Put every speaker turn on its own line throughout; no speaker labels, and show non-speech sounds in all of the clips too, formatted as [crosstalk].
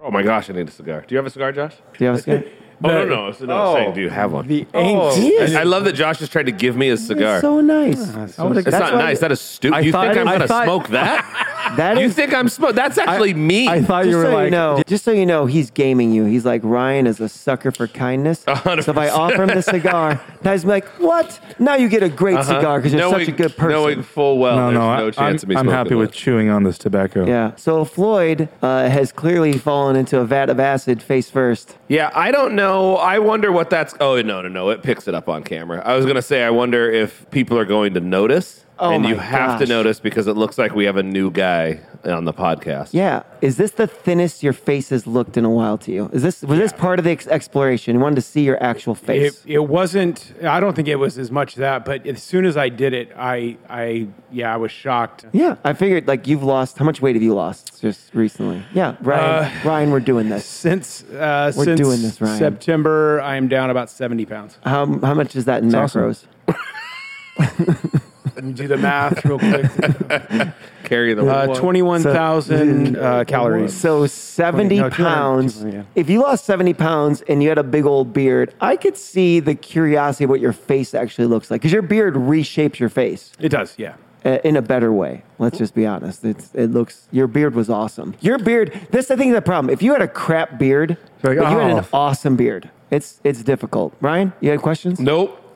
Oh my gosh, I need a cigar. Do you have a cigar, Josh?
Do you have
[laughs]
a cigar?
Oh, no, no. It's, no I'm
Oh.
saying, do you have one?
The
Oh,
ancient-
I love that Josh is trying to give me a cigar.
so nice.
That's, not nice. That is stupid.
I
You
thought-
think I'm
I
going to
thought-
smoke that?
That
you
is.
think I'm smoke? That's actually me.
I thought
just
you were
so
like,
you know, just so you know, he's gaming you. He's like Ryan is a sucker for kindness.
hundred
So if I
percent.
offer him the
[laughs]
cigar, he's like, "What? Now you get a great cigar because you're
Uh-huh. knowing,
such a good person."
Knowing full well,
No,
Oh, there's
no,
no,
I,
chance of
I'm,
me
I'm
smoking
happy
that.
with chewing on this tobacco.
Yeah. So Floyd uh, has clearly fallen into a vat of acid face first.
Yeah, I don't know. I wonder what that's. Oh no, no, no! It picks it up on camera. I was gonna say, I wonder if people are going to notice.
Oh,
and
my
you have to
gosh.
notice because it looks like we have a new guy on the podcast.
Yeah. Is this the thinnest your face has looked in a while to you? Is this was this part of the ex- exploration? You wanted to see your actual face.
It, it wasn't. I don't think it was as much that, but as soon as I did it, I, I, yeah, I was shocked.
yeah, I figured like you've lost. How much weight have you lost just recently?
Uh,
Yeah, Ryan. Ryan, we're doing this.
Since uh,
We're
since
doing this, Ryan.
September, I am down about seventy pounds.
How how much is that in
awesome.
macros?
Let me do the math real [laughs] quick.
Carry the
Uh, Twenty-one thousand uh, calories.
So seventy
no, 200,
pounds.
200, yeah.
If you lost seventy pounds and you had a big old beard, I could see the curiosity of what your face actually looks like because your beard reshapes your face.
It does, yeah.
uh, in a better way. Let's just be honest. It's, it looks your beard was awesome. Your beard. That's I think the problem. If you had a crap beard,
Like,
but you had an
"Oh."
awesome beard. It's it's difficult. Ryan, you had
[laughs]
questions?
Nope.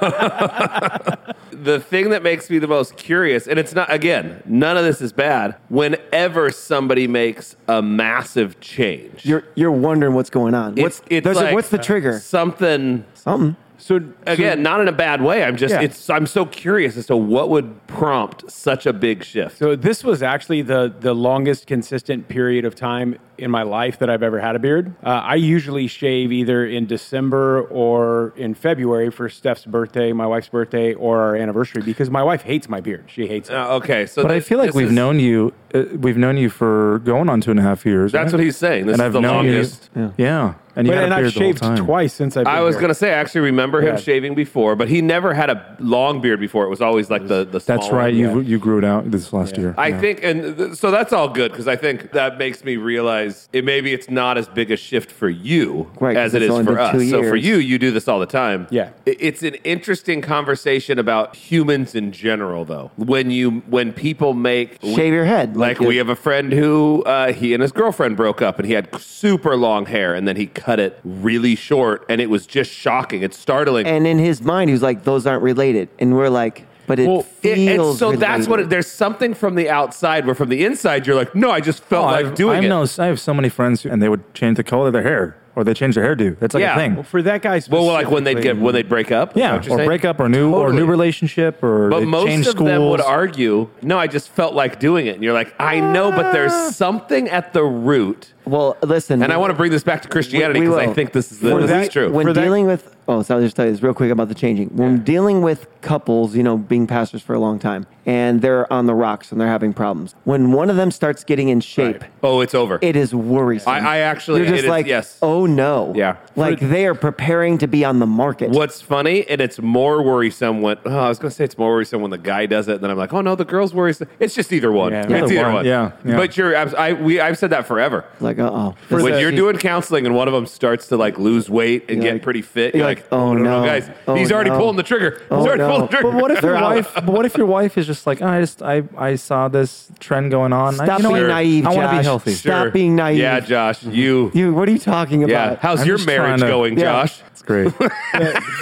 Ah. the thing that makes me the most curious, and it's not, again, none of this is bad, whenever somebody makes a massive change.
You're you're wondering what's going on. What's
it's
there's a-
like uh,
what's the trigger?
Something
Something.
So
again, not in a bad way. I'm just
Yeah.
it's I'm so curious as to what would prompt such a big shift.
So this was actually the the longest consistent period of time in my life that I've ever had a beard. Uh, I usually shave either in December or in February for Steph's birthday, my wife's birthday, or our anniversary because my wife hates my beard. She hates it.
Uh, okay, so
But I
th-
feel like
this
we've
is-
known you. Uh, we've known you for going on two and a half years.
That's
right?
what he's saying. This
and
is
I've
the
known
longest.
You, yeah, and you
But,
had
and
a beard
I've shaved
the whole time.
twice since I've been
I was
here.
gonna say, I actually remember him
Yeah.
shaving before, but he never had a long beard before. It was always like the the.
That's
small
right.
one.
You you grew it out this last year.
I
Yeah.
think, and th- so that's all good because I think that makes me realize it maybe it's not as big a shift for you
Right,
as
'cause
it
it's
is
only
for
been
us.
two
So for
years.
you, you do this all the time.
Yeah.
I- it's an interesting conversation about humans in general, though. When you when people make
Shave your head,
like,
like you-
we have a friend who uh, he and his girlfriend broke up, and he had super long hair, and then he cut it really short, and it was just shocking. It's startling.
And in his mind, he was like, "Those aren't related." And we're like, "But it
Well,
feels."
it- and so that's
related.
what it, there's something from the outside where from the inside you're like, no, I just felt
Oh,
like
I've-
doing
I've
it.
known- I have so many friends, who, and they would change the color of their hair, or they change their hairdo. That's like
Yeah.
a thing.
Well, for that guy
well, like when they'd get
specifically-
when they'd break up, is that
yeah,
what
or
you're saying?
break up, or new, or
Totally.
new relationship, or
But
they
most
change
of
schools.
them would argue, no, I just felt like doing it, and you're like, I know, but there's
Ah.
something at the root,
Well, listen.
and I want to bring this back to Christianity
We- we
because I
will.
think this is the,
For
this
that-
is true.
when
For that-
dealing with oh so i'll just tell you this real quick about the changing when dealing with couples you know being pastors for a long time and they're on the rocks and they're having problems when one of them starts getting in shape
oh, it's over.
it is worrisome
I- I actually-
you're just
it is-
like
yes.
oh no
Yeah.
like they are preparing to be on the market
What's funny, and it's more worrisome when oh, I was going to say it's more worrisome when the guy does it, and then I'm like, oh no, the girl's worrisome. It's just either one.
Yeah,
it's
either
either
one.
one.
Yeah, yeah.
But you're, abs- I, we, I've said that forever.
like uh-oh This
when
is-
you're doing counseling and one of them starts to like lose weight and get
You're like-
pretty fit,
you're
you're
like,
like,
"Oh, no.
guys,
Oh,
he's already
no.
pulling the trigger.
Oh,
he's already
no.
pulling the trigger.
But what if your
They're out.
wife? But what if your wife is just like, "Ah, I just I I saw this trend going on. I,
Stop
you know
being
what?
naive,
I want to
Josh.
be healthy.
Stop being naive.
Yeah, Josh, you.
you what are you talking about
yeah, how's
I'm
your
just
marriage
trying to-
going,
Yeah.
Josh?
It's great.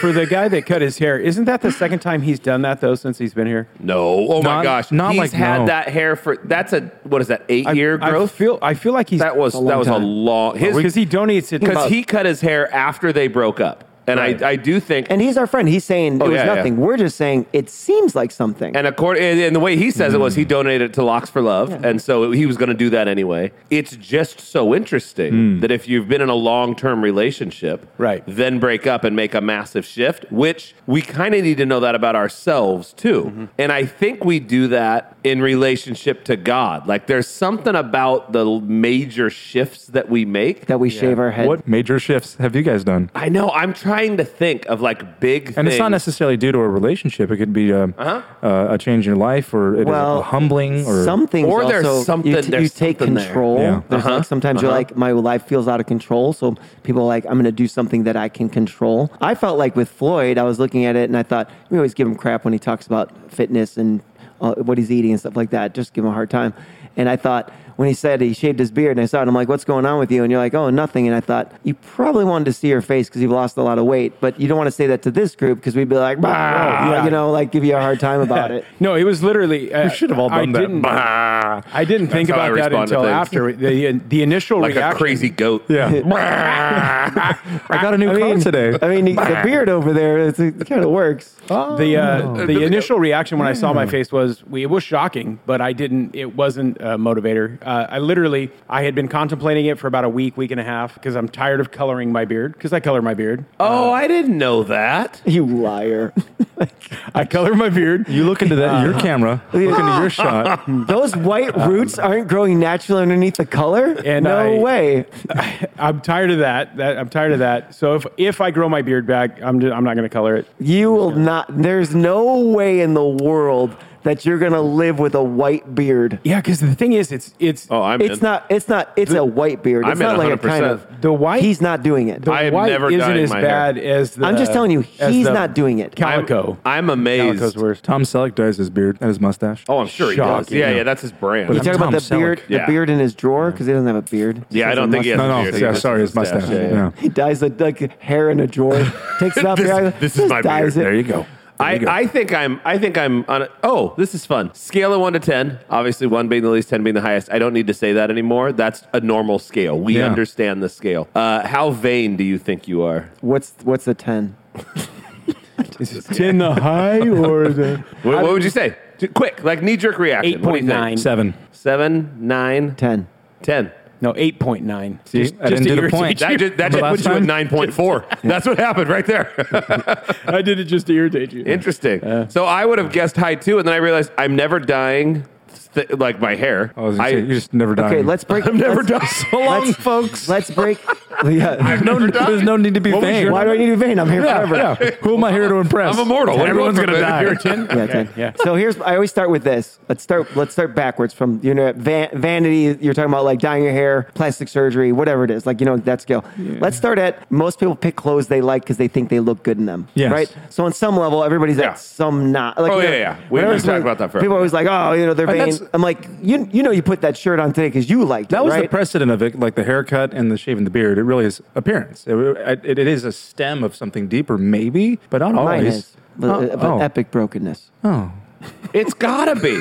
for the guy that cut his hair, isn't that the second time he's done that though since he's been here?
No, oh my
Not-
gosh,
not
he's
like
had
no.
that hair for that's a what is that eight
I-
year
I,
growth?
feel I feel like he's Oh,
that was that was a long his
because he donates it
because he cut his hair after they broke up, and
Right.
I I do think
and he's our friend he's saying it was
Oh, yeah, yeah.
nothing we're just saying it seems like something
And according and, and the way he says it was he donated it to Locks for Love, and so he was going to do that anyway. It's just so interesting that if you've been in a long term relationship,
Right.
then break up and make a massive shift, which we kind of need to know that about ourselves too. And I think we do that in relationship to God. Like there's something about the l- major shifts that we make.
that we shave our head
what major shifts have you guys done?
I know I'm trying to think of like big
And it's not
things.
necessarily due to a relationship. It could be a, uh, a change in your life, or it is
Well,
a humbling, or
some things
Or
also,
there's something-
you,
there's
you take
something there.
control.
Yeah.
There's
Uh-huh.
like sometimes you're like my life feels out of control, so people are like I'm going to do something that I can control. I felt like with Floyd, I was looking at it and I thought we always give him crap when he talks about fitness and uh, what he's eating and stuff like that. Just give him a hard time. And I thought when he said he shaved his beard, and I saw it, I'm like, "What's going on with you?" And you're like, "Oh, nothing." And I thought you probably wanted to see your face because you've lost a lot of weight, but you don't want to say that to this group because we'd be like, "Bah,"
Yeah.
you know, like give you a hard time
[laughs]
about it.
No, it was literally. Uh, we
should have all
I
done that.
Didn't,
Bah.
I didn't think
That's how I
about that
respond to
until
things.
after the the initial
like
reaction.
a crazy goat.
yeah. I got a new
I
car
mean- uh,
today.
I mean, the beard over there, it's, it kind of works.
The uh, the initial reaction when I saw my face was we, it was shocking, but I didn't. It wasn't a motivator. Uh, I literally I had been contemplating it for about a week, week and a half because I'm tired of coloring my beard because I color my beard.
[laughs] Oh, I didn't know that.
You liar.
I color my beard.
You look into that your camera, look into your
[laughs]
shot.
[laughs] Those white roots aren't growing naturally underneath the color?
And
no
I-
way.
[laughs] I'm tired of that. That I'm tired of that. So if if I grow my beard back, I'm just, I'm not going to color it.
You will not, there's no way in the world that you're going to live with a white beard.
Yeah, because the thing is, it's it's
Oh, I'm
It's
in.
not, it's not, it's a white beard.
I'm
It's
in
not like a kind
100%.
of,
the white.
he's not doing it.
the
I uh, have
white
never
isn't
dyed
as
my hair.
bad as the.
I'm just telling you,
as
he's
the
not doing it.
I'm,
Calico.
I'm
Calico's
amazed.
[laughs] worse.
Tom Selleck dyes his beard and his mustache.
Oh, I'm sure he does.
Shocking.
Yeah, yeah, that's his brand.
you
I'm
talking about
Tom
the
Selleck.
beard,
Yeah.
the beard in his drawer? Because he doesn't have a beard.
yeah, I
Just
don't
a
think he has
mustache.
a
no, no,
beard. He
yeah,
just
sorry,
has
his mustache. yeah.
He dyes the like, hair in a drawer,
[laughs]
takes it out
This-
there.
this is my beard.
dyes it.
There you go. There
I,
you go.
I think I'm I think I'm on a, oh this is fun scale of one to ten obviously one being the least ten being the highest I don't need to say that anymore that's a normal scale we
Yeah.
understand the scale uh, how vain do you think you are
What's what's a ten?
Is it in the high or the
what, what would you say J- quick like knee jerk reaction
eight
What do you
point
think?
nine?
seven.
seven nine
Ten.
ten
[laughs] No, eight point nine.
See, I didn't
to
do the
irritate
point.
that
you.
just, that
The
just
last
puts you at
time?
nine point four [laughs] that's what happened right there [laughs]
I did it just to irritate you.
interesting so I would have guessed high too and then I realized I'm never dying th- like my hair
Oh, I was gonna say, you just never die.
Okay, let's break.
I'm never
let's-
dying [laughs] so long
let's-
folks
Let's break. [laughs] yeah.
no,
There's no need to be
What was
vain.
your
Why do I need to be vain? I'm here
yeah,
forever.
[laughs]
yeah. Who am I here to impress?
I'm immortal. What do you
Everyone's
want
gonna
from me?
die.
You're a tin.
Yeah, ten.
yeah.
So here's I always start with this. Let's start. Let's start backwards from you know van, vanity. You're talking about like dyeing your hair, plastic surgery, whatever it is. Like you know that scale. Let's start at most people pick clothes they like because they think they look good in them.
Yes.
Right. So on some level, everybody's
Yeah.
at some not. Like,
Oh,
you know,
yeah, yeah. We-
whenever
we've talked
somebody-
about that forever.
People are always like, oh, you know they're
And
vain.
that's-
I'm like, you you know you put that shirt on today because you liked it.
That was the
right?
precedent of it, like the haircut and the shaving the beard. It really is appearance. It, it, it is a stem of something deeper, maybe, but not
Mine
always.
is. But, uh,
oh,
but
oh.
epic brokenness.
Oh.
It's gotta [laughs] be.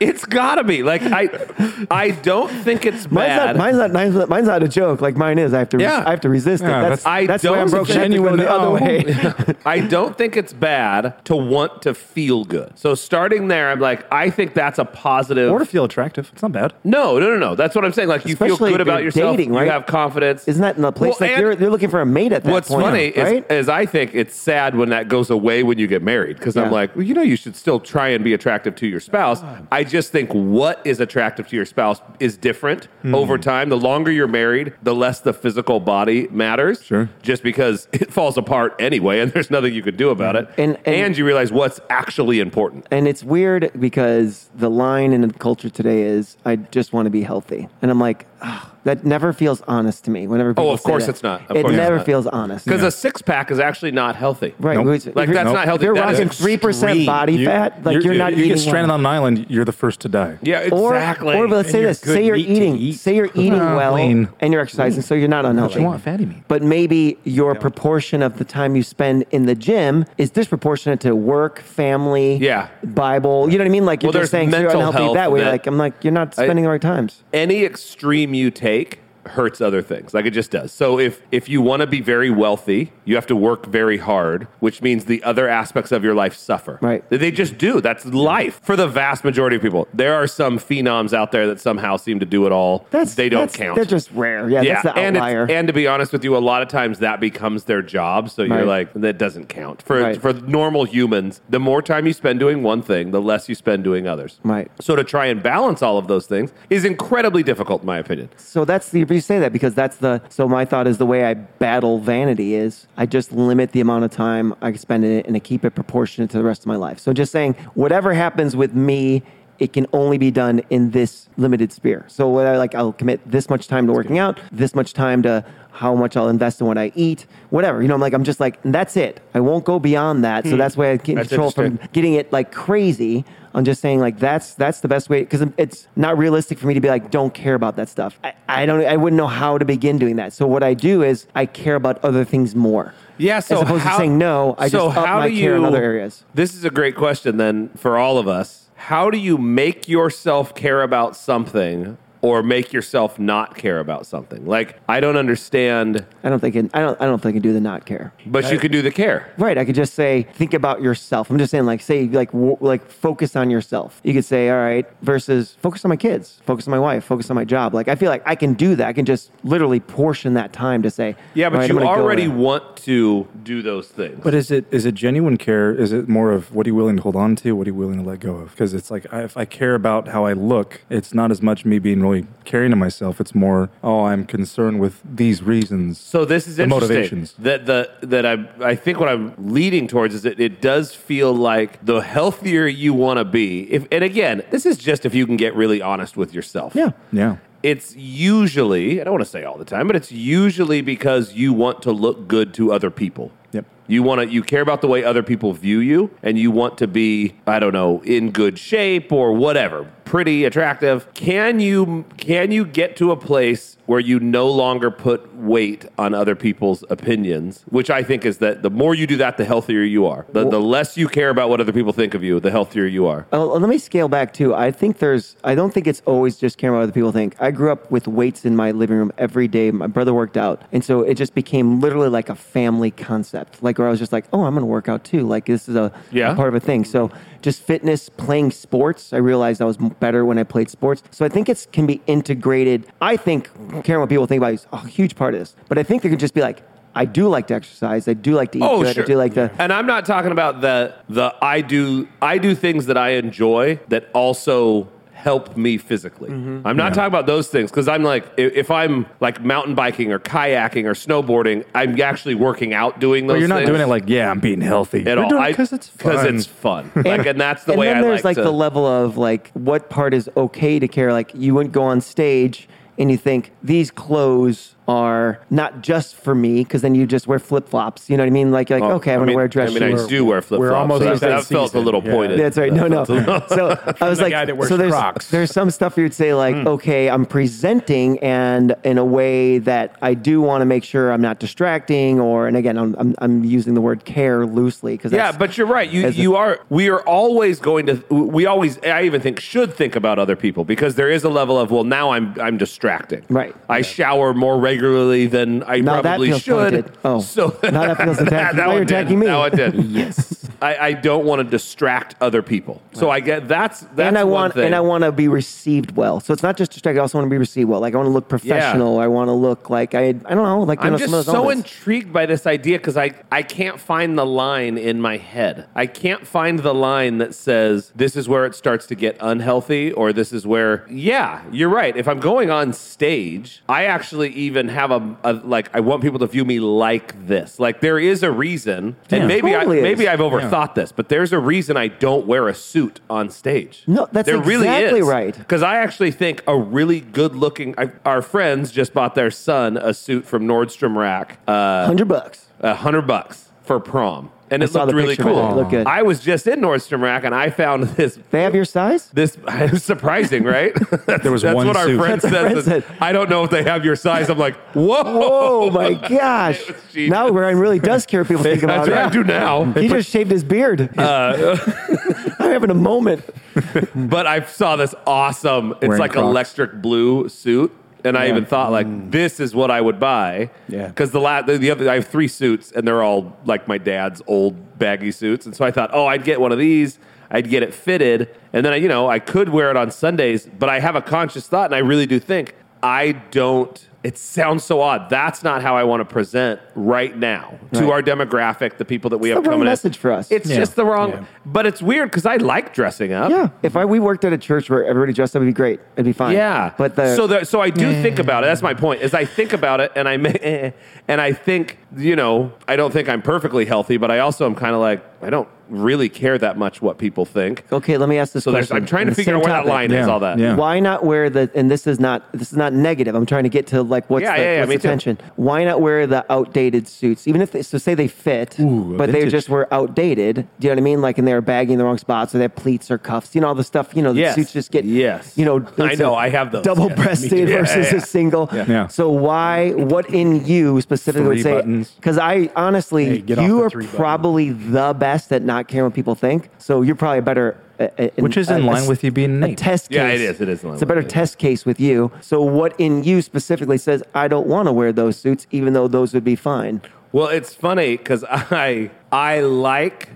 It's gotta be. Like I, I don't think it's
Mine's
bad.
not, mine's, not, mine's, not, mine's not a joke. Like mine is. I have to.
Yeah.
I have to resist
Yeah,
it. That's,
that's-
I
that's why I'm
don't
broken. I have to go
genuinely-
the other
oh.
[laughs] way.
[laughs] I don't think it's bad to want to feel good. So starting there, I'm like, I think that's a positive.
Or to feel attractive. It's not bad.
no, no, no, no. That's what I'm saying. Like you feel
Especially
good
if
about
you're
yourself.
dating,
You
right?
have confidence.
Isn't that in the place?
Well,
like
and
you're, you're looking for a mate at that
What's
point.
funny
right?
is, is I think it's sad when that goes away when you get married because
Yeah.
I'm like, well, you know, you should still try and be attractive to your spouse. I just think what is attractive to your spouse is different
Hmm.
over time. The longer you're married, the less the physical body matters.
Sure.
Just because [laughs] it falls apart anyway and there's nothing you could do about it.
And- and-
you realize what's actually important.
and it's weird because the line in the culture today is, "I just want to be healthy," and I'm like, "Ah, that never feels honest to me. Whenever people
of
say
course
that.
it's not. Of
it
course it's
never
not.
feels honest
Because a six pack is actually not healthy.
Right.
Nope.
Which-
Like,
if you're-
that's not healthy.
If you're
That is
rocking three percent
extreme.
body fat, like you're, not
You
eating
get stranded
well.
on an island, you're the first to die.
Yeah,
Or,
exactly.
or let's say
you're
this:
good
say you're
meat to
eating,
eat.
[laughs]
say you're eating
Ah,
well,
lean.
and you're exercising, so you're not unhealthy.
you want fatty meat.
But maybe your proportion of the time you spend in the gym is disproportionate to work, family,
Yeah.
Bible. You know what I mean? Like you're
Well,
just
there's
saying so you're
mental
unhealthy
health
that way.
that-
like I'm like you're not spending the right times.
any extreme you take hurts other things like it just does so if if you want to be very wealthy you have to work very hard which means the other aspects of your life suffer
Right.
they just do that's life for the vast majority of people there are some phenoms out there that somehow seem to do it all
That's
they don't
that's-
count
They're just rare. Yeah, that's the
and, it's-
outlier.
and to be honest with you, a lot of times that becomes their job. So you're
Right.
like, that doesn't count for
Right.
for normal humans. The more time you spend doing one thing, the less you spend doing others.
Right.
So to try and balance all of those things is incredibly difficult, in my opinion.
so that's the you say that because that's the so my thought is the way I battle vanity is I just limit the amount of time I spend in it and I keep it proportionate to the rest of my life. So just saying whatever happens with me it can only be done in this limited sphere. So whether like I'll commit this much time to working out, this much time to how much I'll invest in what I eat, whatever. You know, I'm like I'm just like that's it. I won't go beyond that. So that's why I can
Hmm. That's
control from
interesting.
getting it like crazy. I'm just saying like that's that's the best way because it's not realistic for me to be like don't care about that stuff. I, I don't I wouldn't know how to begin doing that. So what I do is I care about other things more.
Yeah, so
as opposed
how,
to saying no, I
so
just up
how
my
do
care in
you-
other areas.
This is a great question then for all of us. How do you make yourself care about something or make yourself not care about something? Like I don't understand,
I don't think it, I don't I don't think I can do the not care.
but you can do the care.
Right, I could just say think about yourself. I'm just saying like say like w- like focus on yourself. You could say all right versus focus on my kids, focus on my wife, focus on my job. Like I feel like I can do that. I can just literally portion that time to say
Yeah, but
all right, I'm
you
gonna go
already
there.
want to do those things.
But is it is it genuine care? Is it more of what are you willing to hold on to? What are you willing to let go of? Because it's like I- if I care about how I look, it's not as much me being really caring to myself. It's more oh, I'm concerned with these reasons.
So this is
The
interesting.
motivations.
That the that I I think what I'm leading towards is that it does feel like the healthier you want to be. If and again, this is just if you can get really honest with yourself.
yeah.
yeah,
It's usually I don't want to say all the time, but it's usually because you want to look good to other people.
Yep.
You want to you care about the way other people view you and you want to be I don't know in good shape or whatever, pretty attractive. Can you can you get to a place where you no longer put weight on other people's opinions, which I think is that the more you do that the healthier you are. The, the less you care about what other people think of you, the healthier you are.
Oh, let me scale back too. I think there's. I don't think it's always just caring about what other people think. I grew up with weights in my living room every day. My brother worked out, and so it just became literally like a family concept. Like where I was just like, oh, I'm going to work out too. Like this is a,
Yeah.
a part of a thing. So just fitness, playing sports. I realized I was m- better when I played sports. So I think it's can be integrated. I think caring what people think about is a huge part of this. But I think there could just be like. I do like to exercise. I do like to eat
Oh,
good.
sure.
I do like the
And I'm not talking about the the I do I do things that I enjoy that also help me physically.
Mm-hmm.
I'm not talking about those things because I'm like i- if I'm like mountain biking or kayaking or snowboarding, I'm actually working out doing those.
but you're not
things
doing it like yeah, I'm being healthy
at
You're
all
doing it because it's
because
fun.
it's
[laughs]
fun. Like, and that's the
and
way
then
I
there's
like, to.
like, the level of like what part is okay to care like you wouldn't go on stage and you think these clothes are not just for me because then you just wear flip-flops you know what i mean like you're like okay i'm
I
gonna
mean,
wear a dress
I mean, I
shoes.
do wear flip flops.
almost
So
in
that,
that
that felt a
season.
little
Yeah.
pointed.
that's right. No, no. So I was
the
like,
guy that wears
so there's
Crocs.
there's some stuff you'd say like,
Hmm.
okay, I'm presenting and in a way that I do want to make sure I'm not distracting, or and again, I'm I'm, I'm using the word care loosely because
Yeah, but you're right. You
as a-
you are. We are always going to. We always. I even think should think about other people because there is a level of well, now I'm I'm distracting.
Right.
I shower more regularly than I
Now that
probably
feels
should.
pointed.
[laughs]
Oh.
so
[laughs] Now that
[laughs]
feels attacking. Now
one
you're
did.
attacking me.
Now it
[laughs]
did. yes. I, I don't want to distract other people. So I get that's that's
and I
one
want
thing.
and I want to be received well. So it's not just distracted. I also want to be received well. Like I want to look professional. I want to look like I I don't know. Like you
I'm
know,
just
some of those
so
elements.
intrigued by this idea because I, I can't find the line in my head. I can't find the line that says this is where it starts to get unhealthy or this is where yeah, you're right. If I'm going on stage, I actually even have a, a like I want people to view me like this. Like there is a reason, and
Yeah.
maybe
Totally
I
is.
maybe I've overthought this, but there's a reason I don't wear a suit on stage.
No, that's
there really
exactly
is.
right.
Because I actually think a really good looking, I, our friends just bought their son a suit from Nordstrom Rack, uh,
hundred bucks.
a hundred bucks for prom, and it
saw
looked
the
really
picture of it.
cool.
It looked good.
I was just in Nordstrom Rack, and I found this.
They have
[laughs]
your size.
This is surprising, right? That's,
[laughs] There was
that's
one
what our
suit.
friend
That's our
says.
friend
is,
said.
I don't know if they have your size. I'm like, whoa,
Oh
[laughs]
my gosh!
It was genius.
Now Ryan really does care. What people
[laughs]
think
That's what I
about
do
it. [laughs]
now.
He just shaved his beard.
[laughs] Uh.
[laughs] I'm having a moment.
But I saw this awesome. It's
Wearing
like
Crocs.
electric blue suit, and I even thought like
Mm.
this is what I would buy.
Yeah.
Because the la- the, the other I have three suits, and they're all like my dad's old baggy suits, and so I thought, oh, I'd get one of these. I'd get it fitted, and then I, you know I could wear it on Sundays. But I have a conscious thought, and I really do think I don't. it sounds so odd. That's not how I want to present right now to
Right.
our demographic, the people that we
It's
have
the wrong
coming in.
message for us.
It's
Yeah.
just the wrong.
Yeah.
But it's weird because I like dressing up.
Yeah. If I we worked at a church where everybody dressed up, it'd be great. It'd be fine.
Yeah.
But the Mm.
so there, so I do think about it. That's my point. Is I think about it and I may, [laughs] eh, and I think you know I don't think I'm perfectly healthy, but I also am kind of like I don't really care that much what people think.
okay, let me ask this
So there's,
question.
I'm trying to
The
figure
same
out where
topic.
that line is.
Yeah,
All that.
yeah.
Why not wear the? And this is not this is not negative. I'm trying to get to like what's
Yeah,
the,
yeah, yeah,
what's
me
the
too.
tension. Why not wear the outdated suits? Even if they, so, say they fit,
Ooh, a
but they
vintage.
just were outdated. Do you know what I mean? Like, and they were baggy in the wrong spots, or they have pleats or cuffs. You know all the stuff. You know the
Yes.
suits just get.
Yes.
You know.
I
it's
know,
a
I have those. Yeah,
Double-breasted
me too.
versus
Yeah, yeah.
a single.
Yeah.
So why? What in you specifically
Three
would say?
buttons.
Because I honestly,
Hey, get off
you
the
are
three buttons.
probably the best at not caring what people think. So you're probably better. uh, uh,
Which is in line with you being
a
named.
test
Yeah,
case.
it is. It is in line
It's a
with
better
it.
test case with you. So what in you specifically says I don't want to wear those suits, even though those would be fine.
Well, it's funny because [laughs] I I like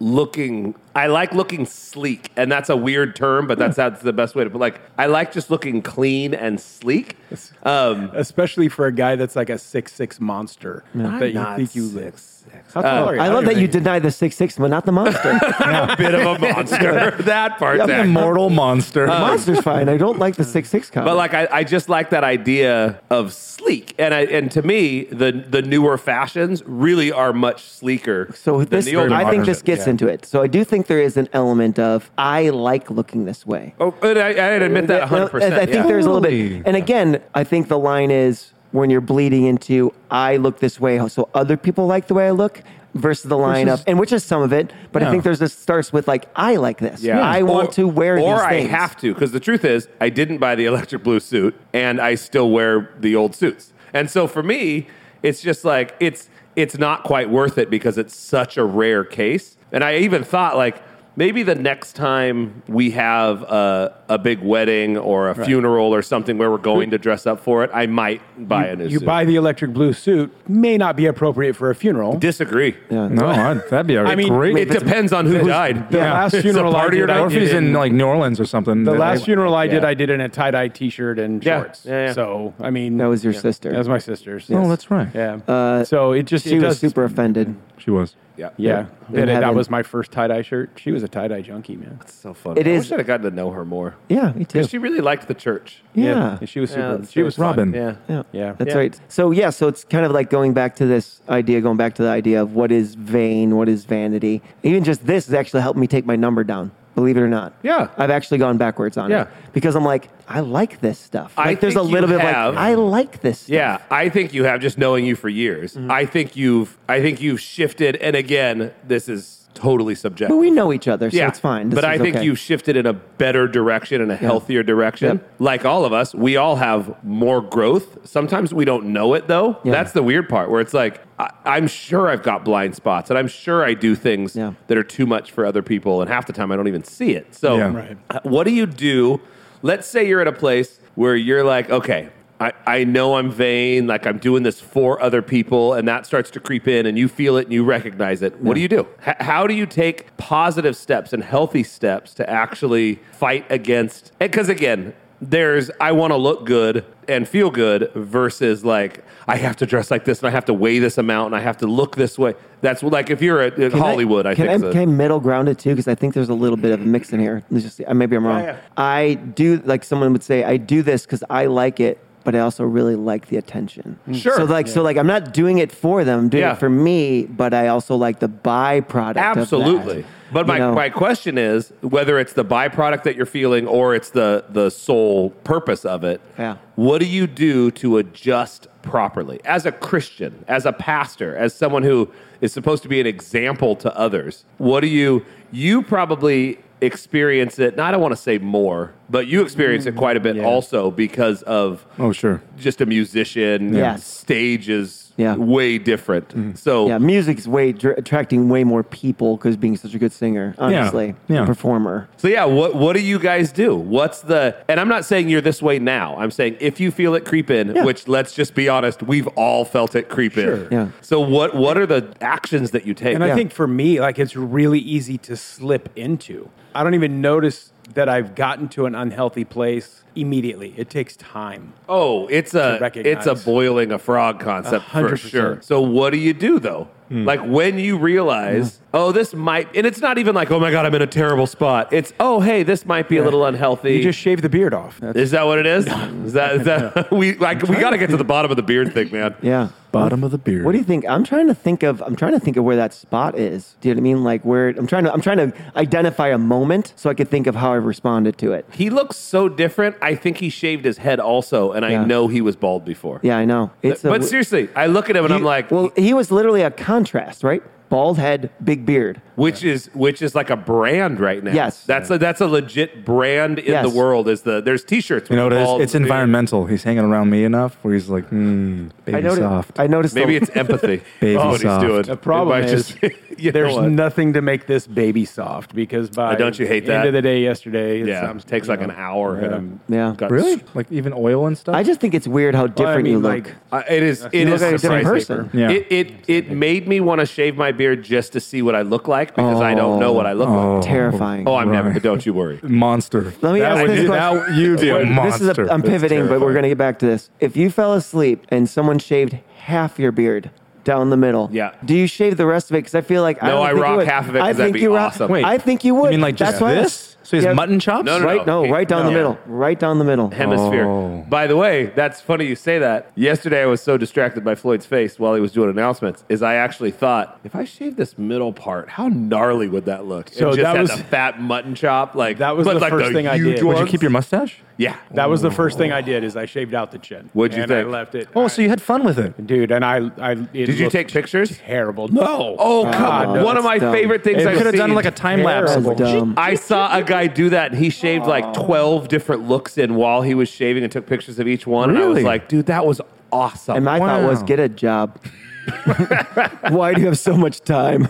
looking I like looking sleek, and that's a weird term, but
Hmm.
that's that's the best way to put. Like I like just looking clean and sleek.
[laughs]
Um,
especially for a guy that's like a six six monster that you
not
think you live.
six, six.
How come-
sorry,
I
Uh, I
love
don't
that you
think-
deny the six six, but not
[laughs]
the monster.
a bit of
[laughs]
a monster. Uh, that part's
I'm an
accurate.
immortal monster.
Monster's fine. I don't like the six six comment.
But like I, I just like that idea of sleek, and I and to me the the newer fashions really are much sleeker.
So
than
this,
the older
I think this
fashions.
gets into it. So I do think there is an element of I like looking this way.
Oh, and I, I admit that 100. percent
I think there's a little bit.
Totally.
And again, I think the line is when you're bleeding into I look this way, so other people like the way I look. Versus the line of,
Versus-
and which is some of it, but I
Yeah.
think there's this starts with like I like this.
Yeah.
I want
Or-
to wear
or
these
I
things.
have to because the truth is I didn't buy the electric blue suit and I still wear the old suits. And so for me, it's just like it's it's not quite worth it because it's such a rare case. And I even thought like maybe the next time we have a, a big wedding or a funeral or something where we're going to dress up for it, I might buy a new
You
suit.
buy the electric blue suit may not be appropriate for a funeral.
disagree.
no, I, that'd be a
I mean,
great.
It depends on who died.
the last
It's a
funeral I
party or
did, I
not.
or if he's in
didn't-
like New Orleans or something.
the
then
last
I-
funeral I did,
Yeah.
I did in a tie dye t shirt and
Yeah.
shorts.
Yeah, yeah.
So I mean,
That was your
yeah.
sister.
That was my sister's.
Oh, that's right.
Yeah. so it just
She was
it does-
super offended.
She was.
Yeah,
Yeah,
Yeah.
That- that
Having-
was my first tie dye shirt. She was a tie dye junkie, man.
It's so fun.
It
I
is-
wish I'd have gotten to know her more.
Yeah, me too.
She really liked the church.
yeah.
she was
Yeah,
super.
that's
she was fun.
Robin.
Yeah.
Yeah,
Yeah.
that's
Yeah.
right. So yeah, so it's kind of like going back to this idea, going back to the idea of what is vain, what is vanity. Even just this has actually helped me take my number down. Believe it or not.
Yeah.
I've actually gone backwards on
Yeah.
it because I'm like, I like this stuff.
I
Like, there's a
think you
little bit
have-
of like, I like this. Stuff.
Yeah, I think you have just knowing you for years.
Mm-hmm.
I think you've I think you've shifted and again, this is totally subjective.
but we know each other, so
yeah,
it's fine. This
but I
is
think
okay.
you've shifted in a better direction and a healthier direction.
Yep.
Like all of us, we all have more growth. Sometimes we don't know it though.
Yeah.
That's the weird part where it's like I, I'm sure I've got blind spots and I'm sure I do things
Yeah.
that are too much for other people and half the time I don't even see it. So
Yeah.
Right.
Uh, What do you do? Let's say you're at a place where you're like, okay, I, I know I'm vain, like I'm doing this for other people, and that starts to creep in, and you feel it and you recognize it. What do you do? H- how do you take positive steps and healthy steps to actually fight against? Because again, there's I want to look good and feel good versus like I have to dress like this and I have to weigh this amount and I have to look this way. That's like if you're at, at
Can
Hollywood, I,
can
think.
I,
so.
can I middle ground it too because I think there's a little bit of a mix in here. Let's just see. uh, maybe I'm wrong.
yeah.
I do like someone would say I do this because I like it, but I also really like the attention.
Mm. Sure.
So like so like I'm not doing it for them, I'm doing
Yeah.
it for me, but I also like the byproduct.
Absolutely.
Of that.
But
You
my,
know?
my question is whether it's the byproduct that you're feeling or it's the, the sole purpose of it.
Yeah.
What do you do to adjust properly as a Christian, as a pastor, as someone who is supposed to be an example to others? What do you, you probably experience it, and I don't want to say more, but you experience
Mm,
it quite a bit also because of
Oh, sure.
just a musician,
Yes.
stage is
Yeah. Mm-hmm.
way different. So,
yeah, music's way dr- attracting way more people because being such a good singer, honestly,
Yeah.
performer.
So yeah, what what do you guys do? What's the and I'm not saying you're this way now. I'm saying if you feel it creep in,
Yeah.
which let's just be honest, we've all felt it creep in.
Yeah.
So what what are the actions that you take?
And
Yeah.
I think for me, like it's really easy to slip into. I don't even notice that I've gotten to an unhealthy place immediately. It takes time.
Oh, it's a
recognize.
it's a boiling a frog concept for
100%.
sure. So what do you do though?
Hmm.
Like when you realize, oh, this might, and it's not even like, oh my god, I'm in a terrible spot. It's, oh hey, this might be a little unhealthy.
You just shave the beard off. [laughs]
is that what it is? Is that is that [laughs] we like we got to get to the bottom of the beard thing, man.
Yeah.
Bottom of the beard.
What do you think? I'm trying to think of. I'm trying to think of where that spot is. Do you know what I mean? Like where I'm trying to. I'm trying to identify a moment so I could think of how I responded to it.
He looks so different. I think he shaved his head also, and I
Yeah.
know he was bald before.
Yeah, I know. It's a-
but seriously, I look at him and I'm like,
well, he was literally a contrast, right? Bald head, big beard.
which is which is like a brand right now.
Yes.
that's a, that's a legit brand in
Yes.
the world. Is the there's T-shirts.
You know what it is? It's
environmental.
environmental. He's hanging around me enough where he's like, hmm, baby
I noticed.
soft.
I noticed.
Maybe
the-
it's empathy.
Baby
oh, what
soft.
he's doing.
The problem
It might
is
[laughs] you know
there's
what?
nothing to make this baby soft because by
Oh, don't you hate
the
that?
end of the day yesterday, it's,
yeah,
um,
it takes
you
like an
know,
hour. And I'm
Yeah.
got-
really? Like even oil and stuff?
I just think it's weird how
Well, I
different
mean,
you look.
like,
Uh, it is. It
look
is
like a different
surprising.
person.
Yeah.
It, it it made me want to shave my beard just to see what I look like because I don't know what I look like.
Terrifying.
Oh, I'm never.
Right.
Don't you worry.
monster.
Let me ask
would
this
do-
question.
that
[laughs]
you
Dude,
would-
This is a, I'm
That's
pivoting, but we're
terrifying.
going to get back to this. If you fell asleep and someone shaved half your beard down the middle,
Yeah.
do you shave the rest of it? Because I feel like I
No,
don't
I
think you
rock
would.
half of it
I
'cause that'd
think
be
you would.
awesome. Wait,
I think you would.
You mean like just
That's why I-
this? So he's
Yeah.
mutton chops?
No, no,
Right, no,
He-
right down the
no.
middle, right down the middle.
hemisphere.
Oh.
By the way, that's funny you say that. Yesterday I was so distracted by Floyd's face while he was doing announcements, is I actually thought, if I shave this middle part, how gnarly would that look?
So
and just
that
had
was-
the fat mutton chop, like
That was
but
the
like
first thing I
huge
did. Would
Did you
ones.
keep your mustache?
yeah?
That was the first thing I did is I shaved out the chin.
What'd you
and
think?
I left it.
Oh, so you had fun with it.
dude, and I, I it
Did you
looked
take pictures?
Terrible. No.
Oh come on!
no,
One of
that's
my
dumb.
favorite things
You
I've
could have done
seen.
like a time lapse.
That's dumb.
I saw a guy do that. And he shaved like
Oh.
12 different looks in while he was shaving and took pictures of each one. And I was
Really?
like, dude, that was awesome.
And my thought was,
Wow.
get a job. [laughs] Why do you have so much time?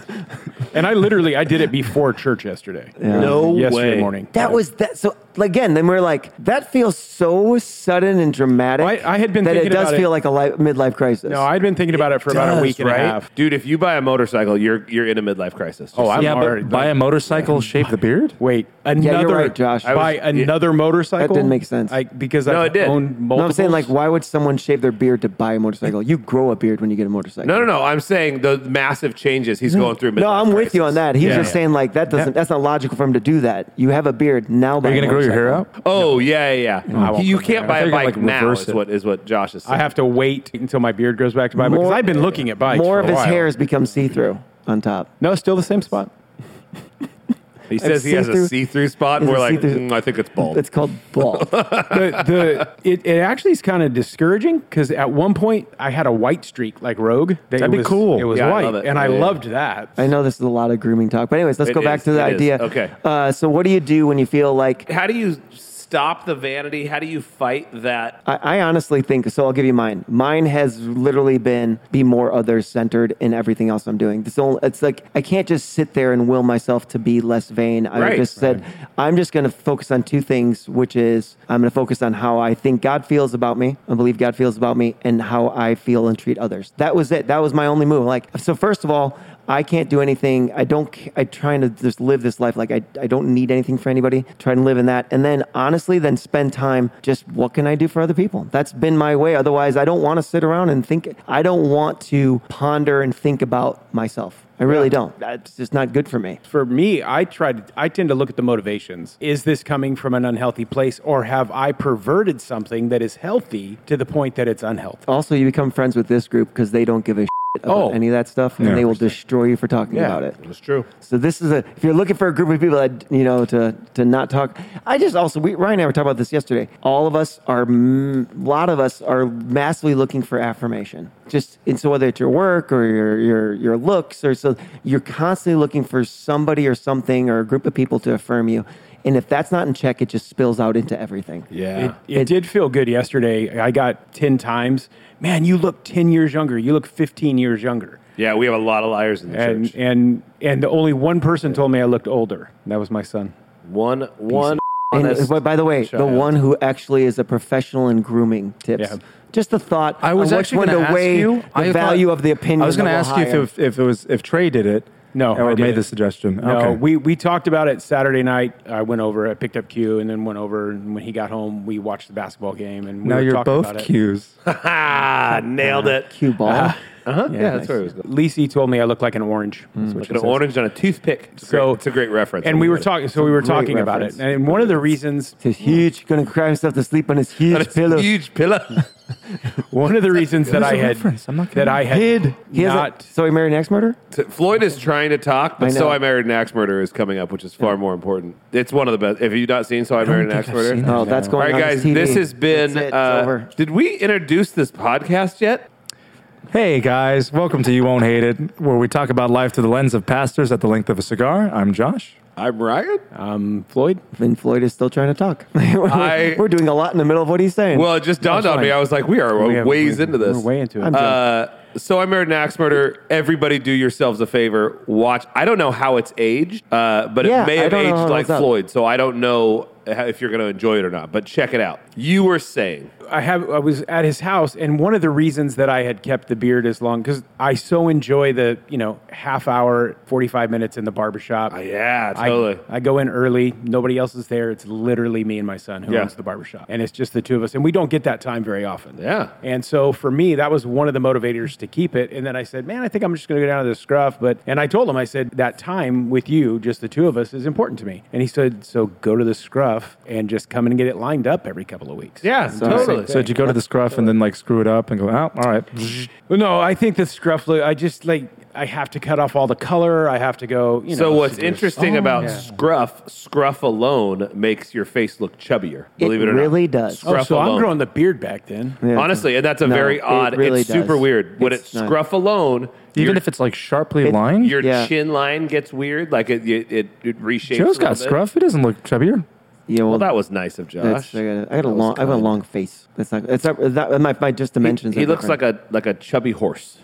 And I literally I did it before church yesterday.
no
yesterday
way.
morning.
That was that. So again, then we're like, that feels so sudden and dramatic.
I- I had been
that it
thinking
does
about it.
feel like a li- midlife crisis.
No, I'd been thinking about it for about a
does,
week and
right?
a half.
Dude, if you buy a motorcycle, you're you're in a midlife crisis. Just
Oh, I'm
Yeah,
already
but buy a motorcycle, shave the beard?
Wait,
you're
another
right, Josh. I was-
Buy
yeah.
another motorcycle.
That didn't make sense.
I, because
No,
I
it did.
owned multiple.
No, I'm saying like, why would someone shave their beard to buy a motorcycle? You grow a beard when you get a motorcycle.
No, no, no. I'm saying the massive changes he's going through.
No,
midlife
I'm with you on
crisis.
that. He's
Yeah.
just saying like that doesn't. That's not logical for him to do that. You have a beard now.
Are you going to grow your hair out?
Oh, yeah, yeah. yeah.
I won't
you
go
can't
there.
buy
I
a
think I
bike
can, like,
now.
reverse
Is
it.
what is what Josh is
I
saying.
have to wait until my beard grows back to my because
More-
I've been looking at bikes.
More
for
of
a
his
while.
hair has become see-through on top.
No, still the same
[laughs]
spot.
he says he has a
see-through-
see-through spot, and
Is
we're
it
like,
see-through?
"Mm, I think it's bald.
It's called
[laughs]
bald.
the the it, it actually is kind of discouraging because at one point I had a white streak like Rogue. that
That'd
it
be
was-
cool.
It was
Yeah, I
white,
love it.
and I
Yeah, yeah.
loved that.
I know this is a lot of grooming talk, but anyways, let's
It
go back
is,
to the
it is.
idea.
Okay.
Uh, so, what do you do when you feel like?
How do you stop the vanity? How do you fight that?
I, I honestly think so. I'll give you mine. Mine has literally been be more other centered in everything else I'm doing. It's only, it's like I can't just sit there and will myself to be less vain. I
Right.
just said I'm just going to focus on two things, which is I'm going to focus on how I think God feels about me, I believe God feels about me, and how I feel and treat others. That was it. That was my only move. Like so, first of all. I can't do anything. I don't. c- I'm trying to just live this life. Like I, I don't need anything for anybody. Try and live in that, and then honestly, then spend time just what can I do for other people. That's been my way. Otherwise, I don't want to sit around and think. I don't want to ponder and think about myself. I really don't. That's just not good for me.
for me, I try to, I tend to look at the motivations. Is this coming from an unhealthy place, or have I perverted something that is healthy to the point that it's unhealthy?
Also, you become friends with this group because they don't give a shit about
Oh.
any of that stuff, and they will destroy you for talking
Yeah.
about it.
It's true.
So this is a if you're looking for a group of people that you know to to not talk. I just also we Ryan and I were talking about this yesterday. All of us are mm, a lot of us are massively looking for affirmation. Just and so whether it's your work or your your your looks or so you're constantly looking for somebody or something or a group of people to affirm you. And if that's not in check, it just spills out into everything.
It,
Yeah.
it did feel good yesterday. I got ten times. Man, you look ten years younger. You look fifteen years younger.
yeah, we have a lot of liars in the
And
church.
and and the only one person told me I looked older. And that was my son.
one, one. honest-
And but by the way, the
child.
one who actually is a professional in grooming tips.
Yeah.
Just the thought.
I was
on which
actually
one
going
to
to ask
weigh
you
the value of the opinion.
I was
going to
ask you if, if it was if Trey did it.
No,
or
I
Oh, made
didn't.
the suggestion.
No,
okay.
we, we talked about it Saturday night. I went over, I picked up Q, and then went over. And when he got home, we watched the basketball game. And we
now
were
you're
talking
both
about it.
cues.
[laughs] Ah, nailed it.
Cue ball.
Uh-huh. Huh? Yeah, that's
nice.
where it was going.
Lisa told me I look like an orange. That's what
Like
she
an
says.
orange on a toothpick. It's
So-
great. it's a great reference.
And we were talking. So we were talking
reference.
about it. And one of the reasons,
It's huge. Gonna cry himself to sleep on his
on a
[laughs] huge pillow.
huge pillow.
one of the reasons that I
a
had
reference. I'm not
that I had
Kid. He has a-
not.
so he married an ex murder?
So Floyd is trying to talk, but
I
So
know.
I Married an Axe Murderer is coming up, which is far more important. It's one of the best. If you've not seen So I, Married an
think
Axe
I've
Murderer,
seen it.
Oh, that's
All
all
going
right,
on
guys,
TV.
this has been.
That's it. It's
uh,
over.
Did we introduce this podcast yet?
Hey guys, welcome to You Won't Hate It, where we talk about life through the lens of pastors at the length of a cigar. I'm Josh.
I'm Ryan.
Um, Floyd,
And Floyd is still trying to talk. [laughs] we're,
I-
we're doing a lot in the middle of what he's saying.
Well, it just dawned on me. I was like, we are
We have-
ways
we-
into this.
We're way into it.
I'm
Uh, so I married an axe murderer. Everybody, do yourselves a favor. Watch. I don't know how it's aged, uh, but
Yeah,
it may
I
have
don't know
aged
how
like
it's up.
Floyd. So I don't know how, if you're going to enjoy it or not. But check it out. You were saying
I have I was at his house, and one of the reasons that I had kept the beard as long because I so enjoy the you know half hour, forty five minutes in the barbershop.
Oh, yeah,
I-
totally.
I, go in early. Nobody else is there. It's literally me and my son who
Yeah.
owns the barbershop, and it's just the two of us. And we don't get that time very often.
Yeah.
And so for me, that was one of the motivators to keep it. And then I said, man, I think I'm just going to go down to the scruff. But and I told him, I said that time with you, just the two of us, is important to me. And he said, so go to the scruff and just come and get it lined up every couple of weeks.
yeah, totally.
So did you go to the scruff and then like screw it up and go, oh, all right.
Well, No, I think the scruff look. I just like I have to cut off all the color. I have to go. You know,
So what's
to do-
interesting about scruff? Scruff alone makes your face look chubbier. Believe it, or
really
not,
does.
Oh,
Scruff
so
alone.
I'm growing the beard back then.
Yeah.
Honestly, and that's a
No,
very
it
odd.
really
it's super
does.
weird. When it's,
It's not.
scruff alone,
Even
your-
if it's like sharply lined,
your
Yeah.
chin line gets weird, like it it, it, it reshapes.
Joe's
a little
got
bit.
scruff. It doesn't look chubbier.
Yeah, well,
Well, that was nice of Josh.
that's, I got a, I got a long, I have a long face. That's not, it's not, that, my, my just dimensions.
He
are
looks
different.
like a like a chubby horse.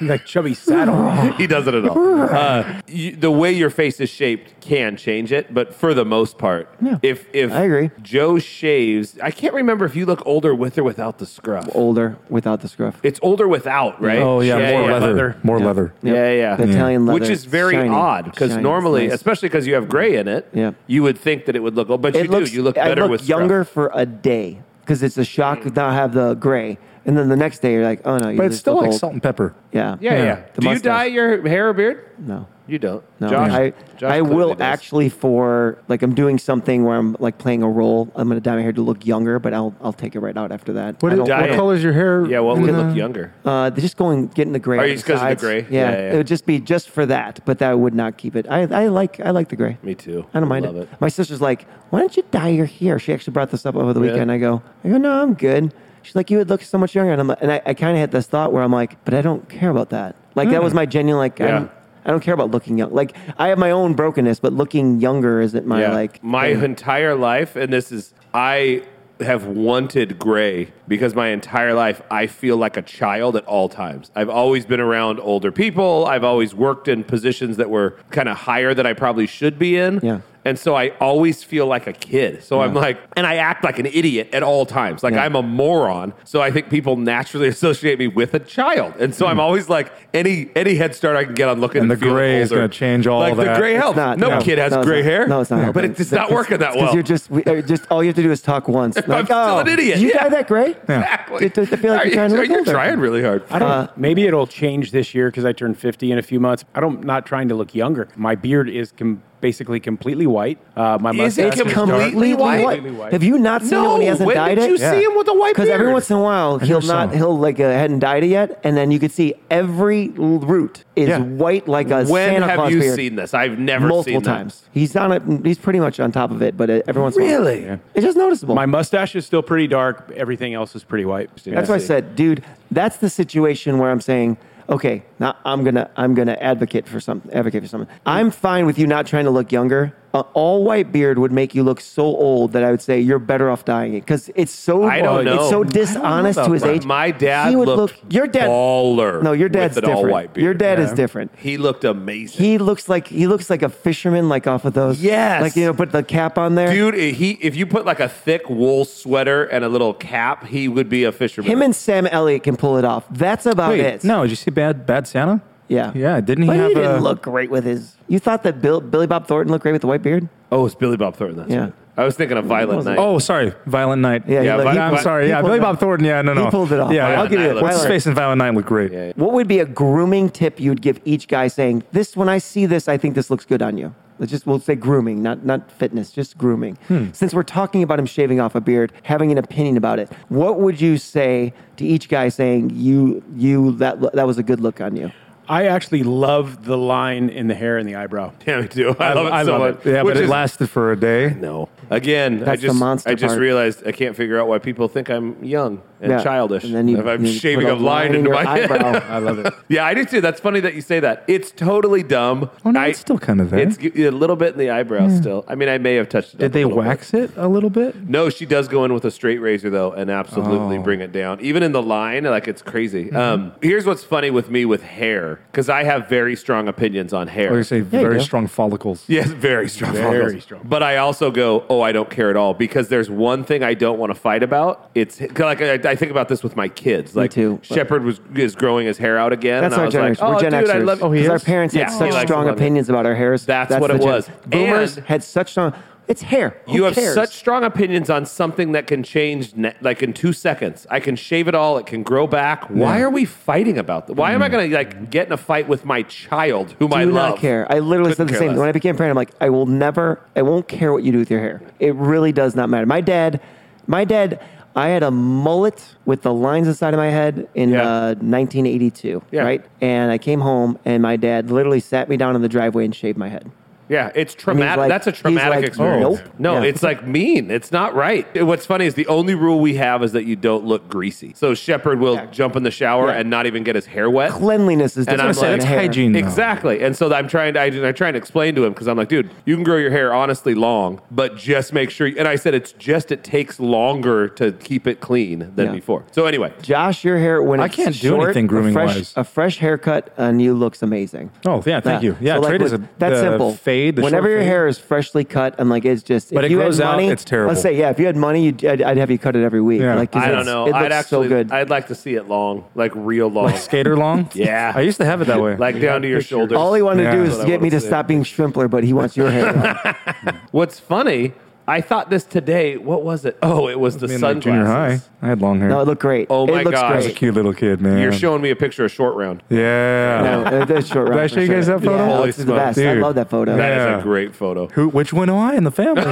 Like
[laughs]
chubby saddle.
he does it at all.
[laughs]
Uh, you, the way your face is shaped can change it, but for the most part,
Yeah.
if if
I agree.
Joe shaves, I can't remember if you look older with or without the scruff.
older without the scruff.
It's older without, right?
Oh yeah, more leather,
leather.
more leather.
Yeah, yeah, yeah.
The Italian leather,
Which is very
shiny,
odd because
shiny, it's
normally,
nice.
especially because you have gray in it,
Yeah.
you would think that it would look old, but you do. You look
I
better
look
with scruff. Mm.
younger for a day because it's a shock to not have the gray, and then the next day you're like, oh no, you
But it's
just
still
look
like
old.
salt and pepper.
Yeah,
Yeah, yeah.
Yeah.
yeah.
The
Do you
mustache.
dye your hair or beard?
No,
You don't.
no.
Josh,
I
Josh
I
clearly
will
does.
actually for like I'm doing something where I'm like playing a role. I'm gonna dye my hair to look younger, but I'll I'll take it right out after that.
What,
I
is,
don't-
dye
what
it.
color is your hair?
Yeah, well,
in
we
the-
look younger.
Uh, they're just going getting the gray.
Oh,
out
just 'cause of the
sides.
gray? Yeah,
Yeah,
yeah.
it would just be just for that, but that would not keep it. I, I like I like the gray.
Me too.
I don't mind
Love
it.
it.
My sister's like, why don't you dye your hair? She actually brought this up over the
Yeah.
weekend. I go, I go, no, I'm good. She's like, you would look so much younger, and I'm like, and I, I kind of had this thought where I'm like, but I don't care about that. Like that was my genuine like. I
Hmm. Yeah.
don't, I don't care about looking young. Like I have my own brokenness, but looking younger isn't my like.
my entire life, and this is I have wanted gray because my entire life I feel like a child at all times. I've always been around older people. I've always worked in positions that were kind of higher than I probably should be in.
Yeah.
And so I always feel like a kid. So I'm like, and I act like an idiot at all times. Like
Yeah.
I'm a moron. So I think people naturally [laughs] associate me with a child. And so I'm
Hmm.
always like, any any head start I can get on looking
And
and
the
feeling
gray is
older.
gonna change all
like the
that.
gray
It's
helps.
not-
Oh, no,
no,
kid has
no, it's
gray
not.
hair.
No, it's
[laughs]
not
But
helping.
it's, it's not working that
Because
well.
you're just, we, uh, just all you have to do is talk once. Like,
I'm still
oh,
an idiot.
You
Yeah.
dye that gray?
exactly.
It does- I feel like
Are
you're trying to
you-
look
You're
older.
trying really hard.
I don't.
Uh,
maybe it'll change this year because I turn 50 in a few months. I don't. Not trying to look younger. My beard is com- basically completely white. Uh, my
Is it
mustache is dark.
completely white?
Completely white.
Have you not seen it
no,
when he hasn't
when
dyed
did
it?
you
Yeah.
see him with a white beard?
Because every once in a while he'll
never saw
not
him.
he'll like uh, hadn't dyed it yet, and then you could see every l- root is
Yeah.
white like a
when
Santa
have
Claus
you
beard.
seen this? I've never
multiple
seen that.
times. He's on it. He's pretty much on top of it, but uh, every once in a while.
Really? Yeah.
it's just noticeable.
My mustache is still pretty dark. Everything else is pretty white.
that's why I said, dude, that's the situation where I'm saying. Okay, now I'm gonna I'm gonna advocate for some advocate for something. I'm fine with you not trying to look younger. A all white beard would make you look so old that I would say you're better off dying it because it's so
I don't know.
it's
I
so
don't know
dishonest to his
But
age.
My dad
he would look
looked
your dad
baller.
No, your dad's
with an
different.
all-white beard.
Your dad is different.
He looked amazing.
He looks like he looks like a fisherman, like off of those.
Yes.
like you know, put the cap on there.
Dude, he if you put like a thick wool sweater and a little cap, he would be a fisherman.
him and Sam Elliott can pull it off. That's about
Wait,
it.
no, did you see Bad Bad Santa?
Yeah.
Yeah, didn't he
But
have
he didn't
a-
look great with his. You thought that Bill, Billy Bob Thornton looked great with the white beard?
Oh, it's Billy Bob Thornton. That's
Yeah.
right. I was thinking of Violent Night. [laughs]
Oh, sorry, Violent Night.
Yeah, he
Yeah,
looked-
but-
he-
I'm
but-
sorry.
he
Yeah,
pulled
Billy
it
Bob
off.
Thornton. Yeah, no,
He
no.
pulled it off.
Yeah,
I'll
yeah.
give you
Night
that.
looks-
What's his
Tyler,
face in Violent Night look great. Yeah,
What would be a grooming tip you'd give each guy saying, This, when I see this, I think this looks good on you? Let's just, we'll say grooming, not, not fitness, just grooming.
Hmm.
Since we're talking about him shaving off a beard, having an opinion about it, what would you say to each guy saying, You, you that, lo- that was a good look on you?
I actually love the line in the hair and the eyebrow.
Yeah, me too. I love it so much.
Yeah,
Which
but it
is-
lasted for a day.
No. Again, I
That's the
just
monster
I just
part.
realized I can't figure out why people think I'm young and
Yeah.
childish.
And then you-
if I'm
you
shaving
put
a
a
line
line in
into
your
my
eyebrow.
[laughs]
I love it. [laughs] yeah, I do too. That's funny that you say that. It's totally dumb.
Oh, no,
I-
it's still kind of there.
It's g- a little bit in the eyebrow still. I mean, I may have touched it. up
Did they
a little bit.
wax it a little bit?
No, she does go in with a straight razor though, and absolutely
Oh. Mm-hmm.
bring it down. Even in the line, like it's crazy. Um, here's what's funny with me with hair, because I have very strong opinions on hair.
Or you say
you
very
do.
strong follicles.
Yes, very strong.
Very
[laughs] vocals.
strong.
But I also go, oh, I don't care at all because there's one thing I don't want to fight about. It's 'cause, like I, I think about this with my kids. Like
too, but-
Shepard was is growing his hair out again. and
That's
I
our
was
generation.
Like, oh,
We're Gen
dude, I
Xers.
love.
Because our parents
Yeah,
had
he
such
likes
strong
it.
opinions about our hairs.
That's what
the
it
gen-
was.
Boomers
And-
had such strong. It's hair.
[laughs]
Who
you have
cares?
such strong opinions on something that can change ne- like in two seconds. I can shave it all. It can grow back. Why
Yeah.
are we fighting about that? Why am I going to like get in a fight with my child whom
Mm. Do
I
not
love?
care. I literally
Couldn't
said the
care
same.
less.
When I became a parent, I'm like, I will never, I won't care what you do with your hair. It really does not matter. My dad, my dad, I had a mullet with the lines inside of my head in
Yeah.
uh, 1982,
Yeah.
right? And I came home, and my dad literally sat me down in the driveway and shaved my head.
Yeah, it's
he's
traumatic.
like-
That's a
he's
traumatic
like,
experience.
nope.
No,
Yeah.
it's like mean. It's not right. And What's funny is the only rule we have is that you don't look greasy. So Shepard will jump in the shower
Yeah.
and not even get his hair wet.
Cleanliness is
And
different
I'm
than
like,
that's
hair.
hygiene. though.
Exactly. And so I'm trying to I, I try and explain to him because I'm like, dude, you can grow your hair honestly long, but just make sure. And I said it's just it takes longer to keep it clean than
Yeah.
before. So anyway,
Josh, your hair when
I
it's
can't do
short,
anything
a
grooming-wise.
fresh- A fresh haircut on you looks amazing.
Oh, yeah, thank you. Yeah,
so, like,
trade is a
with- that's
the
simple.
Fade. the
Whenever
short
your
fade.
hair is freshly cut, I'm like, it's just.
But
if
it
you had
grows out,
money,
it's terrible.
Let's say, yeah, if you had money, you'd, I'd, I'd have you cut it every week.
Yeah.
Like, 'cause
I don't
it's-
know.
It looks
I'd actually
so good.
I'd like to see it long, like real long.
skater long.
Yeah.
I used to have it that way.
like down to your shoulders.
All he wanted to do
Yeah.
is
That's what
I
get me
wanna
to
say.
stop being Shrimpler, but he wants your hair.
What's funny, I thought this today. What was it? Oh, it was the
in like
sunglasses.
junior high, I had long hair.
no, it looked great.
Oh my
it looks
gosh.
I was a
Great.
cute little kid, man.
You're showing me a picture of short round.
Yeah.
No, it- it's short
Did I
round
show
for
you guys
sure.
that photo?
Yeah,
Holy
it's the
smokes,
best. I
dude.
love that photo.
That is
Yeah.
a great photo. [laughs]
Who? Which one am I in the family?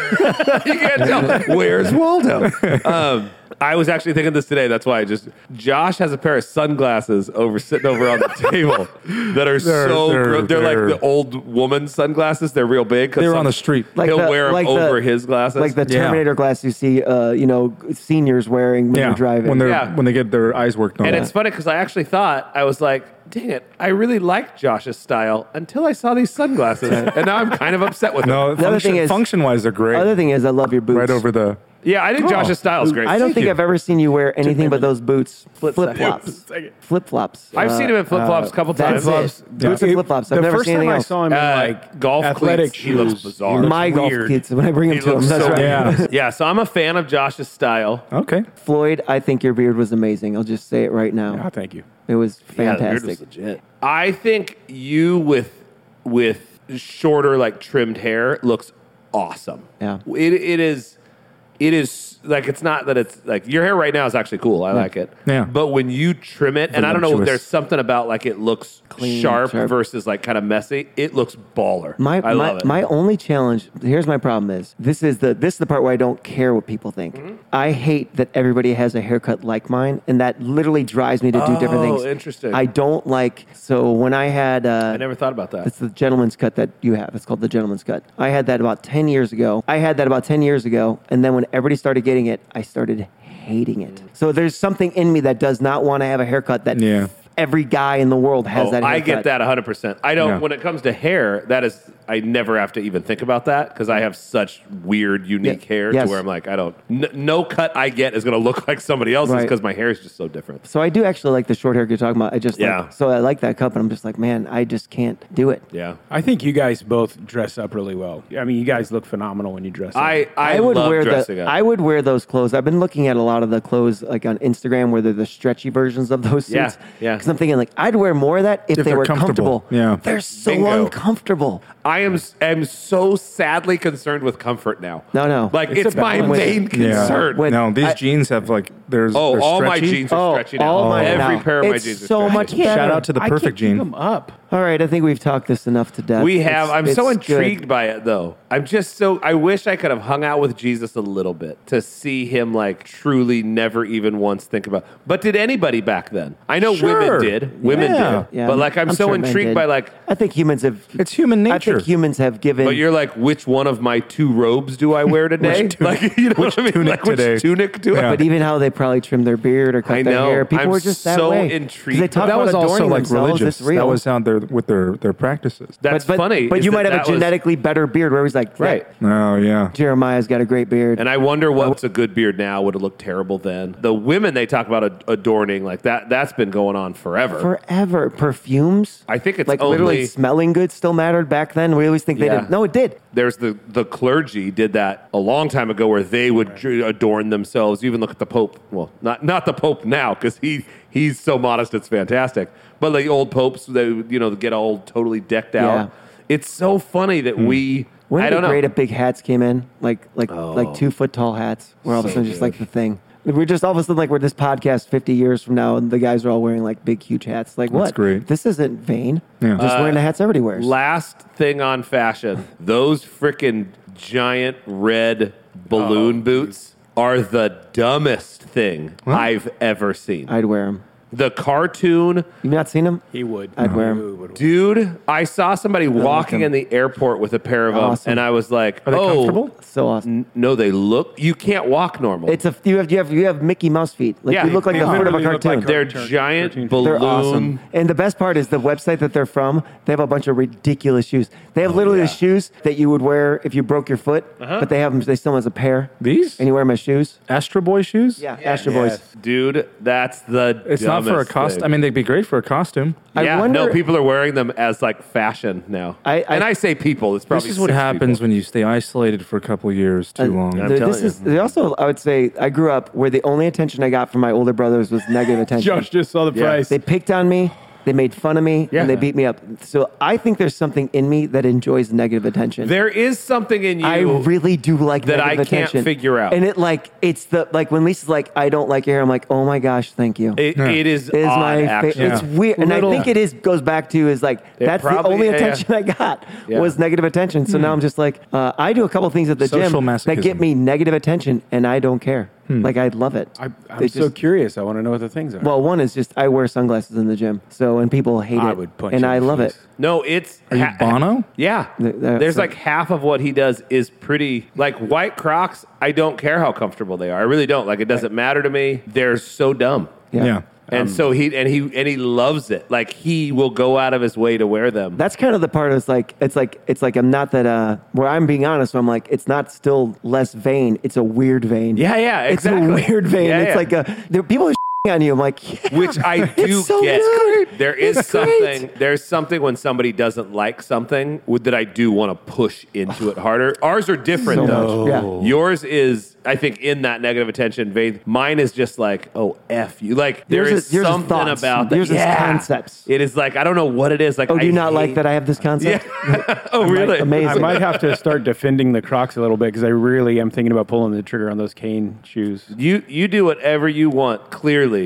you can't
[laughs]
tell. [laughs] Where's Waldo? Um, I was actually thinking this today. That's why I just Josh has a pair of sunglasses over sitting over on the table that are so
[laughs] they're-
gro- they're,
they're-
like the old woman sunglasses. They're real big. 'cause
they were
some-
on the street.
Like
He'll
the-
wear 'em
like the-
over his glasses.
Like the
Yeah.
Terminator glass you see, uh, you know, seniors wearing when
[laughs] yeah.
you're driving.
When they're
Yeah.
when they get their eyes worked on.
And it's funny because I actually thought I was like, "Dang it! I really like Josh's style until I saw these
[laughs]
sunglasses, and now I'm kind of upset with them."
no.
The other
function,
thing is-
function wise, they're great.
Other thing is, I love your boots.
right over the.
Yeah, I think Josh's style's great.
I don't think
you.
I've ever seen you wear anything but those boots. Flip flops.
second.
Flip flops.
I've seen him in flip flops a couple times.
that's
Flip-flops.
it. Boots and flip flops. I've
the
never
first
seen
time
anything
I
else.
saw him
Uh,
in like
golf
athletic
cleats, he
shoes,
looks bizarre.
looks
My golf
weird.
kids when I bring them
He
to him.
looks
That's
so
right.
weird.
[laughs] Yeah.
Yeah, so I'm a fan of Josh's style.
Okay.
Floyd, I think your beard was amazing. I'll just say it right now.
Ah,
Oh, thank you.
It was
Yeah, the beard was
fantastic.
legit. I think you with with shorter like trimmed hair looks awesome.
Yeah.
It it is it is like it's not that it's like your hair right now is actually cool. I like it.
Yeah.
But when you trim it, and I don't know,
Voluptuous.
there's something about like it looks
Clean,
sharp,
sharp.
versus like kind of messy. It looks baller.
my,
I
my,
love it.
my only challenge here's my problem is this is the this is the part where I don't care what people think.
Mm-hmm.
I hate that everybody has a haircut like mine, and that literally drives me to do different
Oh,
things.
interesting.
I don't like so when I had uh,
I never thought about that.
It's the gentleman's cut that you have. It's called the gentleman's cut. I had that about 10 years ago. I had that about 10 years ago. And then when everybody started getting it, I started hating it. So there's something in me that does not want to have a haircut that
Yeah.
every guy in the world has
Oh,
that haircut.
I get that 100%. I don't,
Yeah.
when it comes to hair, that is, I never have to even think about that because I have such weird, unique
Yeah.
hair
Yes.
to where I'm like, I don't, n- no cut I get is going to look [laughs] like somebody else's
Right.
because my hair is just so different.
So I do actually like the short hair you're talking about. I just
Yeah.
like, so I like that cut, but I'm just like, man, I just can't do it.
Yeah.
I think you guys both dress up really well. I mean, you guys look phenomenal when you dress up.
I, I,
would
love
wear
dressing
the,
up.
I would wear those clothes. I've been looking at a lot of the clothes like on Instagram where they're the stretchy versions of those
Yeah,
suits.
yeah.
Because because I'm thinking like I'd wear more of that if,
If
they
they're
were
comfortable.
comfortable.
Yeah.
they're so
Bingo.
uncomfortable.
I am am so sadly concerned with comfort now.
No, no.
like it's,
It's a
my
balance.
main
Yeah.
concern.
When-
no, these
I-
jeans have like there's.
oh,
they're
all my
stretchy.
jeans are stretchy now.
Oh, all mine
Every
now.
pair of my
It's
jeans are
so
stretchy.
much better.
Shout out to the
I
perfect
can't keep
jean.
them up.
All right, I think we've talked this enough to death.
We
It's-
have. I'm so
it's good.
intrigued by it, though. I'm just so. I wish I could have hung out with Jesus a little bit to see him like truly never even once think about. But did anybody back then? I know
Sure.
women did. Women
Yeah.
did. but like, I'm, so
sure men
intrigued
did.
by like.
I think humans have.
It's human
I
nature.
think humans have given.
But you're like, which one of my two robes do I
[laughs]
wear today?
tunic-
like, [laughs] you know
which
what I mean?
tunic
like, which
today?
tunic do
Yeah.
I?
But even how they probably trim their beard or cut
I
their
know.
hair, people
I'm
were just that
so
way. 'Cause
intrigued.
They talk
that
about
was
adorning
also like
themselves.
religious.
It's real.
That was how their with their their practices.
That's
but, but,
funny.
But
is
you
that
might have
that
a
was-
genetically better beard where he's like,
Right.
"That
oh yeah.
Jeremiah's got a great beard.
And I wonder what's a good beard now would have looked terrible then. The women they talk about ad- adorning like that. That's been going on forever.
Forever. Perfumes.
I think it's
like
only-
literally smelling good still mattered back then. We always think they
Yeah.
didn't. No, it did.
There's the the clergy did that a long time ago, where they would dr- adorn themselves. You even look at the Pope. Well, not not the Pope now, because he he's so modest, it's fantastic. But like old popes, they you know get all totally decked out. It's so funny that we.
When
I
Hmm. the
don't know.
great if big hats came in, like like like two foot tall hats, were all of a
Oh. So
sudden just
good.
like the thing. We're just all of a sudden like we're this podcast fifty years from now, and the guys are all wearing like big huge hats. Like what?
great.
This isn't vain.
Yeah.
Just wearing the hats everybody wears.
Uh, Last thing on fashion, those freaking giant red
Oh,
balloon boots are the dumbest thing I've ever seen.
I'd wear them.
the cartoon
You've not seen them?
He would.
I'd wear 'em.
He would.
dude, I saw somebody walking in
them.
the airport with a pair of them,
Awesome.
and I was like,
Are they
"Oh,
comfortable?
So awesome.
n- no, they look. You can't walk normal.
It's a you have you have you have Mickey Mouse feet. Like
Yeah,
you look like
they
the foot of a
literally look
cartoon.
like
they're
cartoon-
giant
cartoon.
balloon.
They're awesome. And the best part is the website that they're from, they have a bunch of ridiculous shoes. They have literally
Oh, yeah. Uh-huh.
the shoes that you would wear if you broke your foot, but they have them, they sell them as a pair.
These
And you wear them as shoes?
Astro Boy shoes.
Yeah, Astro Boys.
Yes.
dude. That's the.
It's not for a
dumbest
costume.
thing.
I mean, they'd be great for a costume.
I
yeah, no,
wonder-
people are wearing them as like fashion now.
I- I-
and I say people. It's
This
probably
is what
six
happens
people.
when you stay isolated for a couple years too long.
I'm
Th-
telling
this
you.
is they also I would say I grew up where the only attention I got from my older brothers was
[laughs]
negative attention.
Josh just saw the
Yeah.
price.
They picked on me. They made fun of me
Yeah.
and they beat me up. So I think there's something in me that enjoys negative attention.
There is something in you.
I really do like
that I
negative
can't
attention.
figure out.
And it like it's the like when Lisa's like I don't like your hair. I'm like oh my gosh, thank you.
It, it is,
It is
odd,
my fa-
actually.
it's weird, and
Little-
I think it is goes back to is like that's
probably-
the only
yeah, yeah.
attention I got
Yeah. Hmm.
was negative attention. So now I'm just like uh, I do a couple things at the
Social
gym that
masochism.
get me negative attention, and I don't care.
Hmm.
Like I love it.
I, I'm
They
so
just-
curious. I want to know what the things are.
Well, one is just I wear sunglasses in the gym, so and people hate
I
it,
would punch
and
you in
I
the
love
face.
it.
No, it's
Are you
ha-
Bono?
Yeah,
Th- that's
there's
like-
like half of what he does is pretty like white Crocs. I don't care how comfortable they are. I really don't. Like it doesn't matter to me. They're so dumb.
Yeah. Um,
yeah.
And so he and he and he loves it. Like he will go out of his way to wear them.
That's kind of the part. It's like it's like it's like I'm not that uh where I'm being honest. Where I'm like it's not still less vain. It's a weird vein.
Yeah, yeah, exactly.
It's a weird vein.
Yeah,
it's
yeah.
like a there, people are on you. I'm like yeah,
which I do
so
get.
good.
There is
It's great.
something. There's something when somebody doesn't like something with- that I do want to push into it harder. Ours are different
So
though.
much, yeah.
Yours is, I think, in that negative attention vein. Mine is just like, oh f you. Like there
Yours
is,
is- yours is
something
thoughts.
about that.
Yours is
Yeah.
concepts.
It is like I don't know what it is. Like
oh, do you
I
not like
hate-
that I have this concept?
Yeah. oh really?
amazing.
I might have to start defending the Crocs a little bit because I really am thinking about pulling the trigger on those cane shoes.
You you do whatever you want. Clearly,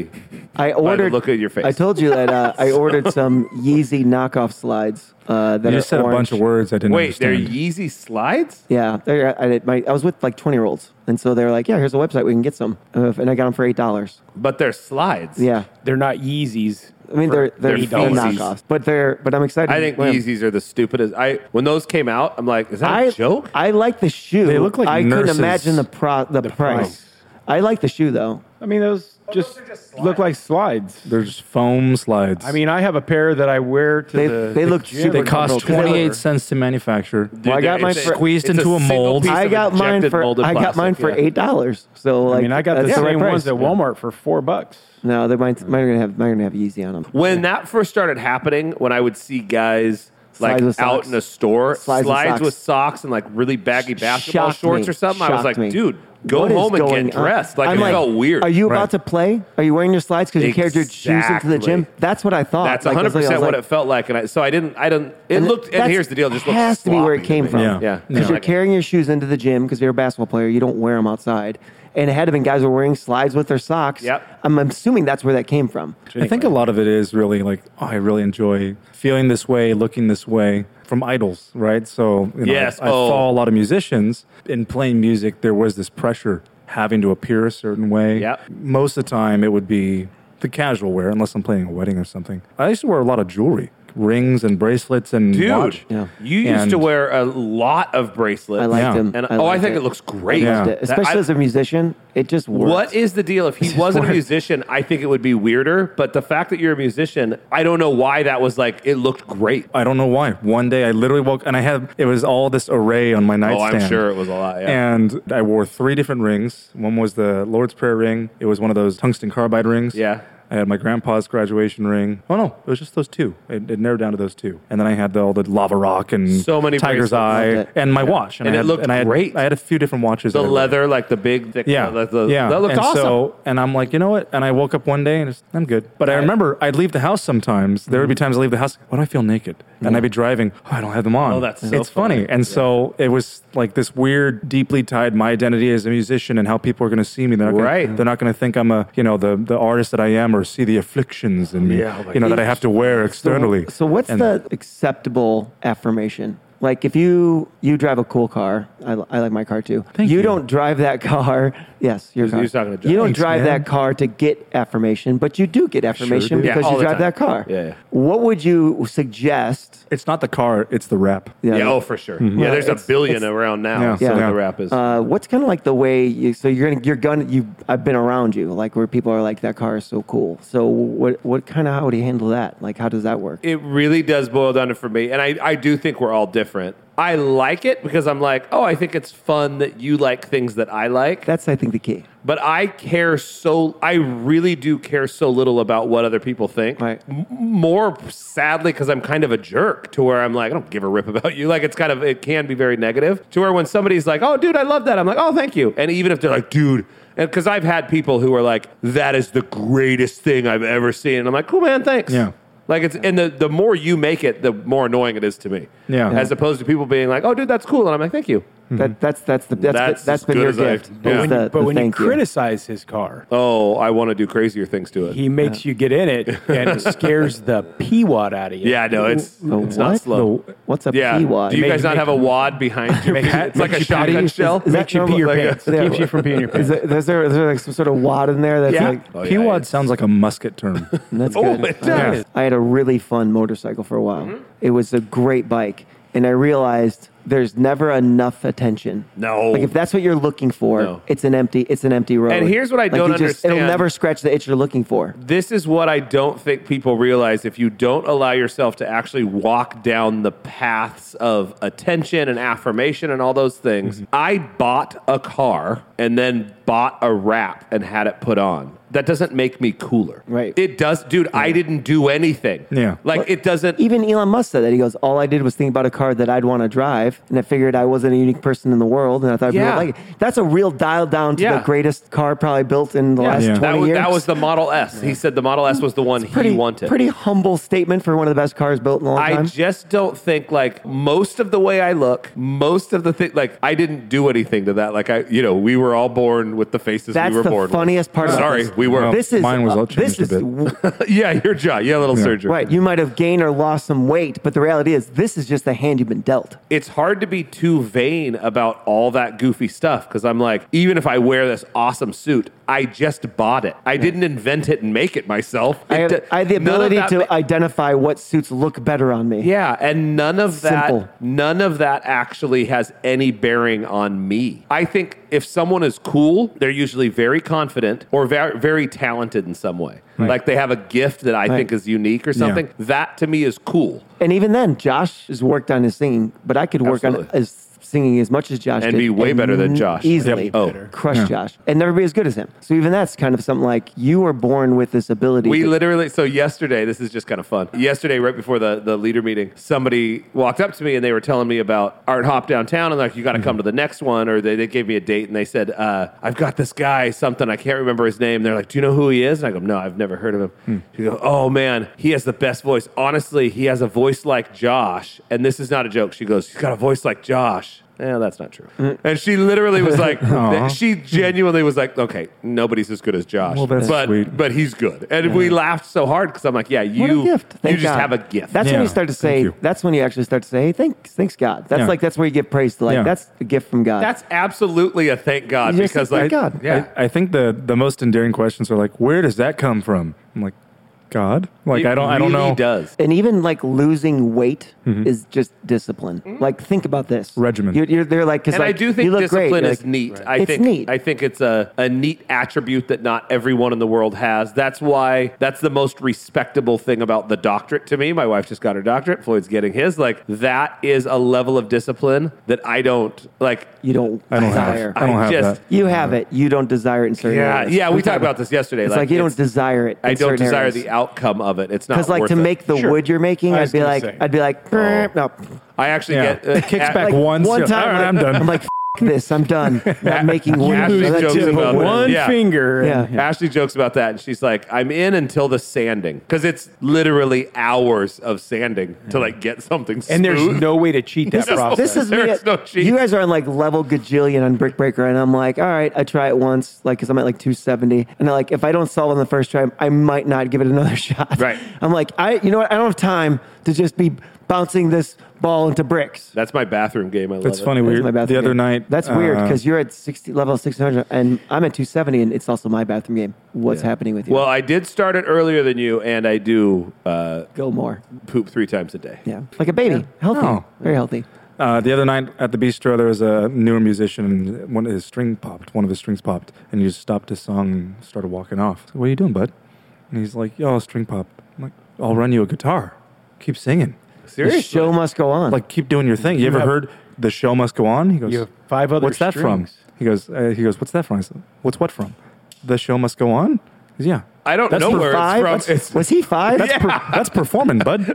I
the
ordered.
look at your face.
I told you that uh, I
[laughs]
ordered some Yeezy knockoff slides. Uh, that
You
are
just said a
orange.
bunch of words I didn't
wait, they're
understand.
Yeezy slides.
Yeah, they're- I, did- my, I was with like twenty year olds, and so they were like, "Yeah, here's a website we can get some," uh, and I got them for eight dollars.
But they're slides.
Yeah,
They're not Yeezys.
I mean they're they're,
they're
they're,
Yeezys.
knockoffs, but they're but I'm excited.
I
to
think
wear 'em.
Yeezys are the stupidest. I when those came out, I'm like, is that a
I
joke?
I like the shoe.
They look like
I
nurses.
couldn't imagine the pro the, price.
price.
I like the shoe though.
I mean, those just, look like slides.
There's foam slides.
I mean, I have a pair that I wear to
They-
the.
they
the
look
gym.
super
they cost
Because they look-
28 cents to manufacture.
Dude,
I got
it's
mine for-
Squeezed
it's
into a
single
mold.
piece
I
of
got mine
injected
for
molded
I got mine
plastic,
for
yeah.
eight dollars. So like
I mean, I got the
that's
same
right price.
ones at Walmart for four bucks.
No, they might mine are gonna have mine are gonna have Yeezy on them.
When that first started happening, when I would see guys like
Slides with
out
socks.
in a store, slides,
Slides with socks.
with socks and like really baggy basketball
Shocked
shorts
me.
or something. I was
Shocked
like,
me.
dude, go
What is
home and
going
get
on?
dressed. Like
I'm
it felt weird.
Are you
Right.
about to play? Are you wearing your slides because you carried your shoes into the gym?
Exactly.
That's what I thought.
That's
Like, I was
100
like- I
percent
was
what
like,
it felt like, and I, so I didn't. I didn't. It
And
looked. And
that's-
here's the deal: it just looked
has to be where it
sloppy
came
me.
from.
Yeah.
Yeah,
Because
Yeah.
you're carrying your shoes into the gym because you're a basketball player, you don't wear them outside. And it had to have been guys who were wearing slides with their socks.
Yep.
I'm assuming that's where that came from.
I think a lot of it is really like, oh, I really enjoy feeling this way, looking this way from idols, right? So, you know,
Yes,
I, I
oh.
follow a lot of musicians. In playing music, there was this pressure having to appear a certain way.
Yep.
Most of the time, it would be the casual wear, unless I'm playing a wedding or something. I used to wear a lot of jewelry, rings and bracelets and
Dude,
watch.
Yeah.
you used
And-
to wear a lot lot of bracelets.
I liked
Yeah.
him.
And oh, I
liked
think it, looks great.
Yeah.
Loved it.
That-
Especially
I-
as a musician, it just works.
What is the deal? If he wasn't a musician, I think it would be weirder. But the fact that you're a musician, I don't know why that was like. It looked great.
I don't know why. One day I literally woke and I had it was all this array on my
Oh,
nightstand.
I'm sure it was a lot. Yeah.
And I wore three different rings. One was the Lord's Prayer ring. It was one of those tungsten carbide rings.
Yeah.
I had my grandpa's graduation ring. Oh no, it was just those two. It, it narrowed down to those two. And then I had the, all the lava rock and
So many
tiger's
bracelets.
eye
Loved it.
and my watch.
And
I
it
had,
looked
and I had,
great.
I had a few different watches.
the
that I wore.
leather, like the big, thick,
Yeah,
the, the-
yeah.
that looked
and
awesome.
So, and I'm like, you know what? And I woke up one day and it's, I'm good. But I remember I'd leave the house sometimes. There would
Mm-hmm.
be times I leave the house. Why do I feel naked? And I'd be driving. Oh, I don't have them on.
Oh, that's so
it's funny.
funny.
And so it was like this weird, deeply tied my identity as a musician and how people are going to see me. They're not gonna,
Right.
They're not going to think I'm a you know the the artist that I am or see the afflictions in me.
Yeah, oh my
you know that I have to wear externally.
So what's
And-
the acceptable affirmation? Like if you you drive a cool car, I, li- I like my car too.
Thank you.
don't drive that car. [laughs] Yes, your car.
he's talking to Jeff.
you don't
Thanks,
drive
man.
that car to get affirmation, but you do get affirmation
do.
Yeah,
because
all
you
the
drive
time.
that car.
Yeah, yeah.
What would you suggest?
It's not the car. It's the rap.
yeah, oh, for sure. Yeah, there's a
It's-
billion
it's-
around now.
Yeah,
so
yeah.
the rap is.
Uh, what's kind of like the way you, so you're gonna you're gonna you I've been around you like where people are like that car is so cool. So what what kind of how would you handle that? Like how does that work?
it really does boil down to for me, and I, I do think we're all different. I like it because I'm like, oh, I think it's fun that you like things that I like.
That's I think the key.
but I care so I really do care so little about what other people think.
Right.
M- more sadly cuz I'm kind of a jerk to where I'm like I don't give a rip [laughs] about you. Like it's kind of it can be very negative to where when somebody's like, "Oh dude, I love that." I'm like, "Oh, thank you." And even if they're like, "Dude," and cuz I've had people who are like, "That is the greatest thing I've ever seen." And I'm like, "Cool, man, thanks."
Yeah.
Like it's and the, the more you make it, the more annoying it is to me.
Yeah.
As opposed to people being like, "Oh, dude, that's cool," and I'm like, "Thank you."
That that's that's the that's
That's
that's, that's
as
been
good
your
as I-
gift.
yeah.
is
When
the-
but
the
when you
thank
criticize his car,
Oh, I want to do crazier things to it.
he makes you get in it and
[laughs]
it scares the peewad out of you.
yeah, no, it's
The
it's not
what?
slow.
The-
What's a
Yeah.
P-wad?
Do you
Make-
guys not
make-
have a wad behind you? it's like a
makes you
shotgun
pee. [laughs]
shell.
Is that
Makes you pee your
normal?
pants.
Like a-
Keeps you from peeing your
Is
pants.
there, is there, is there like some sort of wad in there that's
Yeah.
like
Oh, yeah,
Pewad
it's-
sounds like a musket term.
[laughs]
that's
Oh,
good.
it does. Mm-hmm.
Yeah.
I had a really fun motorcycle for a while. It was a great bike, and I realized there's never enough attention.
No.
like if that's what you're looking for,
No.
it's an empty, it's an empty road.
And here's what I
Like,
don't
you just- It'll
understand.
never scratch the itch you're looking for.
This is what I don't think people realize. If you don't allow yourself to actually walk down the paths of attention and affirmation and all those things, I bought a car and then bought a wrap and had it put on. That doesn't make me cooler.
Right.
It does, dude. I didn't do anything.
Yeah.
Like it doesn't.
Even Elon Musk said that. He goes, All I did was think about a car that I'd want to drive, and I figured I wasn't a unique person in the world, and I thought
Yeah.
people would like it. That's a real dial down to
Yeah.
the greatest car probably built in the last
Yeah.
20
That was,
years.
that was the Model S. He said the Model S was the one
pretty,
he wanted.
pretty humble statement for one of the best cars built in a long
I
time.
just don't think like most of the way I look, most of the thing, like I didn't do anything to that. Like I, you know, we were all born with the faces
That's
we were
the
born. with.
funniest part about
Sorry,
this.
we were.
Well,
this is uh,
mine was all
this
changed a
is
bit.
w-
[laughs] yeah, your jaw. Yeah, a little surgery.
right. You might have gained or lost some weight, but the reality is, this is just the hand you've been dealt.
It's hard to be too vain about all that goofy stuff because I'm like, even if I wear this awesome suit, I just bought it. I didn't invent it and make it myself.
I
It
have,
d-
I have the
none of
ability
that
to
ma-
identify what suits look better on me.
Yeah, and none of that
Simple.
none of that actually has any bearing on me. I think if someone is cool, they're usually very confident or very, very talented in some way. Like they have a gift that I think is unique or something. That to me is cool.
And even then, Josh has worked on his singing, but I could work
Absolutely.
on his singing as much as Josh
And
did
be way better than
n-
Josh.
easily.
Yep. Oh.
crush Josh and never be as good as him. So even that's kind of something like you were born with this ability.
We
to-
literally, so yesterday, this is just kind of fun. Yesterday, right before the, the leader meeting, somebody walked up to me and they were telling me about Art Hop downtown and like, you got to come to the next one. Or they, they gave me a date and they said, uh, I've got this guy, something, I can't remember his name. They're like, Do you know who he is? And I go, No, I've never heard of him. She goes, Oh man, he has the best voice. Honestly, he has a voice like Josh. And this is not a joke. She goes, He's got a voice like Josh. Yeah, that's not true. And she literally was like, she genuinely was like, okay, nobody's as good as Josh.
Well, that's
but,
sweet.
but he's good. And we laughed so hard because I'm like, yeah,
What
you,
a gift.
you
Thank
just
God.
have a gift.
That's when
Yeah.
you start to
Thank
say,
you.
that's when you actually start to say, hey, thanks, thanks God. That's
Yeah.
like, that's where you get praise to like,
Yeah.
that's a gift from God.
that's absolutely a thank God
You just
because
said
like,
thank God.
yeah,
I, I think the the most endearing questions are like, where does that come from? I'm like, God. Like
It
I don't I don't
really
know.
Does
and even like losing weight is just discipline. Like, think about this
Mm-hmm. Regimen.
You're, you're they're like, 'cause,
Mm-hmm. and
like,
I do think
you look
discipline
great. You're
is
like,
neat. I
It's
think
neat.
I think it's a, a neat attribute that not everyone in the world has. That's why that's the most respectable thing about the doctorate to me. My wife just got her doctorate. Floyd's getting his. Like that is a level of discipline that I don't like.
You don't
I don't
desire.
have. I don't
I
have
just-
that.
You have it. You don't desire it in certain
Yeah,
areas.
yeah.
I'm
We talked
talking-
about this yesterday.
It's like, you don't
it's-
desire it.
I don't desire the outcome of it. It's not
because like
worth
to
it.
make the
Sure.
wood you're making,
I
I'd
was
be
gonna
like,
say.
I'd be like, "Brr, no.
I actually
Yeah.
get uh,
Kicks
Kat-
back
Like,
once.
one
yeah,
time,
all right,
like,
I'm done.
I'm like, F- this,
[laughs]
I'm done. Not making wood.
Ashley
That's
jokes
just-
about
Put
it.
one
Yeah.
finger.
Yeah.
and-
Ashley jokes about that, and she's like, "I'm in until the sanding, because it's literally hours of sanding to like get something." Smooth.
And there's no way to cheat that
is-
process.
This
[laughs]
is
There
me.
is no cheat.
you guys are on like level gajillion on Brick Breaker, and I'm like, all right, I try it once, like, cause I'm at like 270, and I'm like, if I don't solve on the first try, I might not give it another [laughs] shot.
Right.
I'm like, I, you know what? I don't have time to just be bouncing this ball into bricks.
That's my bathroom game. I love
That's
it.
funny.
That's
We
my
the
bathroom
other
game.
night.
That's weird
uh,
because you're at 60 level 600, and I'm at 270, and it's also my bathroom game. What's happening with you?
Well, I did start it earlier than you, and I do uh,
go more.
poop three times a day.
Yeah, like a baby, healthy,
Oh.
very healthy.
Uh, the other night at the bistro, there was a newer musician, and one of his string popped. One of his strings popped, and he just stopped his song and started walking off. I said, what are you doing, bud? And he's like, "Yo, string pop." I'm like, "I'll run you a guitar. Keep singing.
The
Seriously,
show must go on.
Like, keep doing your thing." You, ever
have-
heard "The Show Must Go On"? He goes,
You have five other
What's that from?
strings.
He goes, uh, "He goes, what's that from?" I said, "What's what from?" The show must go on. He goes, yeah,
I don't
That's
know
for
where
five?
it's from. It's,
was he five?
that's per- that's
[laughs]
performing, bud.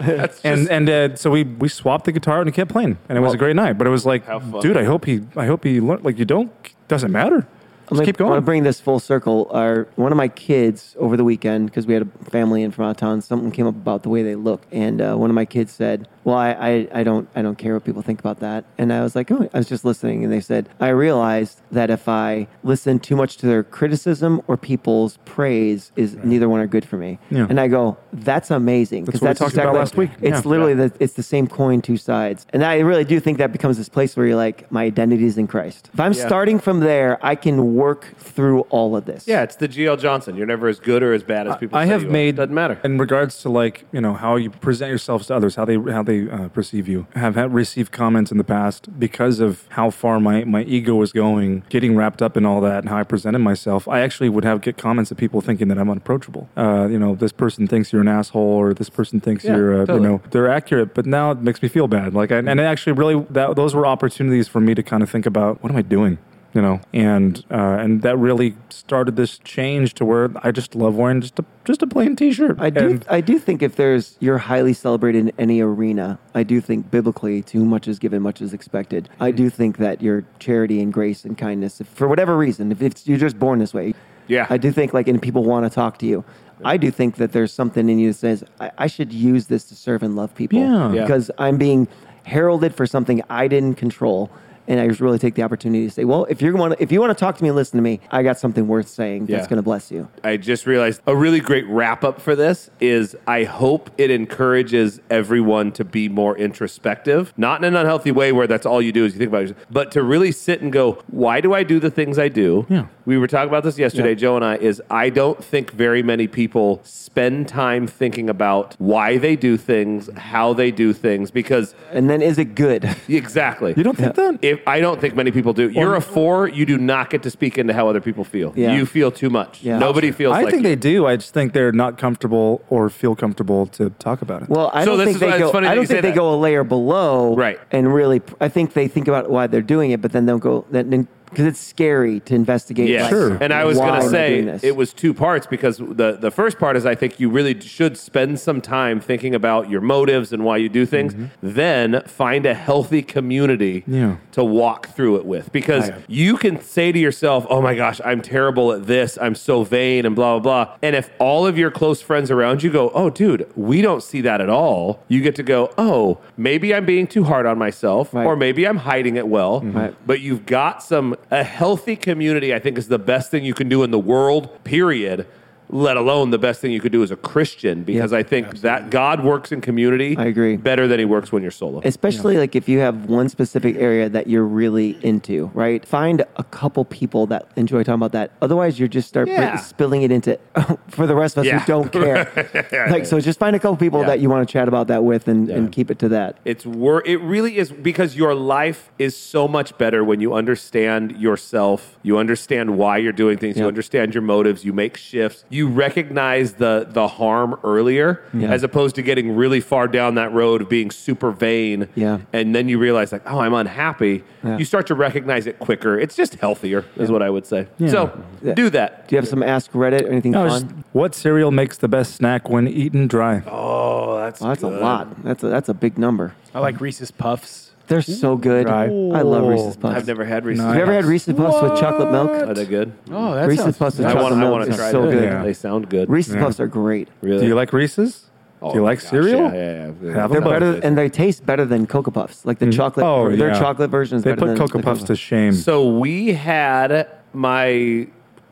and and uh, so we we swapped the guitar and he kept playing, and it was a great night. But it was like,
How fun.
dude, I hope he I hope he learned. Like you don't doesn't matter. Just keep
I
going.
want to bring this full circle. Our one of my kids over the weekend because we had a family in from out of town. Something came up about the way they look, and uh, one of my kids said, "Well, I, I, I don't I don't care what people think about that." And I was like, "Oh, I was just listening." And they said, "I realized that if I listen too much to their criticism or people's praise, is neither one are good for me."
Yeah.
And I go, "That's amazing."
That's what we talked about last week.
It's
Yeah.
literally the, it's the same coin, two sides. And I really do think that becomes this place where you're like, my identity is in Christ. If I'm starting from there, I can work through all of this.
yeah, it's the GL Johnson. You're never as good or as bad as people.
I
say
have
you are.
made
doesn't matter.
in regards to like you know how you present yourselves to others, how they how they uh, perceive you. Have had received comments in the past because of how far my my ego was going, getting wrapped up in all that, and how I presented myself. I actually would have get comments of people thinking that I'm unapproachable. Uh, you know, this person thinks you're an asshole, or this person thinks
Yeah,
you're uh,
totally.
you know they're accurate. But now it makes me feel bad. Like I, and it actually really that those were opportunities for me to kind of think about what am I doing you know, and uh, and that really started this change to where I just love wearing just a just a plain T-shirt.
I do.
And
I do think if there's you're highly celebrated in any arena, I do think biblically, too much is given, much is expected. I do think that your charity and grace and kindness, if, for whatever reason, if it's, you're just born this way,
Yeah.
I do think like, and people want to talk to you. I do think that there's something in you that says I, I should use this to serve and love people
Yeah.
Yeah.
because I'm being heralded for something I didn't control. And I just really take the opportunity to say, well, if you want, if you want to talk to me and listen to me, I got something worth saying
Yeah.
that's going to bless you.
I just realized a really great wrap up for this is I hope it encourages everyone to be more introspective, not in an unhealthy way where that's all you do is you think about yourself, but to really sit and go, why do I do the things I do?
Yeah.
we were talking about this yesterday,
Yeah.
Joe and I, is I don't think very many people spend time thinking about why they do things, how they do things, because
And then is it good? [laughs]
exactly.
You don't think that?
If I don't think many people do. You're a four. You do not get to speak into how other people feel.
Yeah.
You feel too much.
Yeah.
Nobody feels.
I
like
think
you.
they do. I just think they're not comfortable or feel comfortable to talk about it.
Well, I
So this
don't think
is
they
why it's
go.
funny that
I
you
don't
say
think they
that.
go a layer below,
Right.
And really, I think they think about why they're doing it, but then they'll go then because it's scary to investigate.
Yes.
like,
Sure.
And I was going
why
to
am I doing
say
this?
it was two parts because the, the first part is I think you really should spend some time thinking about your motives and why you do things. Then find a healthy community
Mm-hmm. Yeah.
to walk through it with because
I-
you can say to yourself, oh my gosh, I'm terrible at this. I'm so vain and blah, blah, blah. And if all of your close friends around you go, oh, dude, we don't see that at all, you get to go, oh, maybe I'm being too hard on myself
Right.
or maybe I'm hiding it well
Mm-hmm. Right.
but you've got some a healthy community i think is the best thing you can do in the world period let alone the best thing you could do as a christian because i think that god works in community
I agree.
better than he works when you're solo
especially like if you have one specific area that you're really into right find a couple people that enjoy talking about that otherwise you just start
Yeah.
spilling it into [laughs] for the rest of us
Yeah.
who don't
[laughs]
care like so just find a couple people
Yeah.
that you want to chat about that with and,
Yeah.
and keep it to that
it's wor- it really is because your life is so much better when you understand yourself you understand why you're doing things you
Yeah.
understand your motives you make shifts you recognize the the harm earlier
Yeah.
as opposed to getting really far down that road of being super vain
Yeah.
and then you realize like oh i'm unhappy
Yeah.
you start to recognize it quicker it's just healthier is what i would say
Yeah.
so
Yeah.
do that
do you have some ask reddit or anything
No,
fun
just what cereal makes the best snack when eaten dry?
oh that's
Well, that's a lot that's a, that's a big number
I like Reese's Puffs.
they're so good
Right.
i love reese's
Ooh,
puffs
i've never had reese's
have you ever had
Puffs.
reese's puffs with chocolate milk
are they good
Oh, that
reese's
sounds
puffs with
i
chocolate
want i
milk
want to
is
try
so
them.
good
Yeah.
they sound good
reese's puffs are great
really
Do you like Reese's? Do you like
Oh gosh,
cereal?
Yeah, yeah, yeah.
Have
Yeah.
They're
them both.
better, and they taste better than Cocoa Puffs. Like the chocolate,
Oh,
their
yeah.
chocolate versions.
They put Cocoa Puffs to shame.
So we had my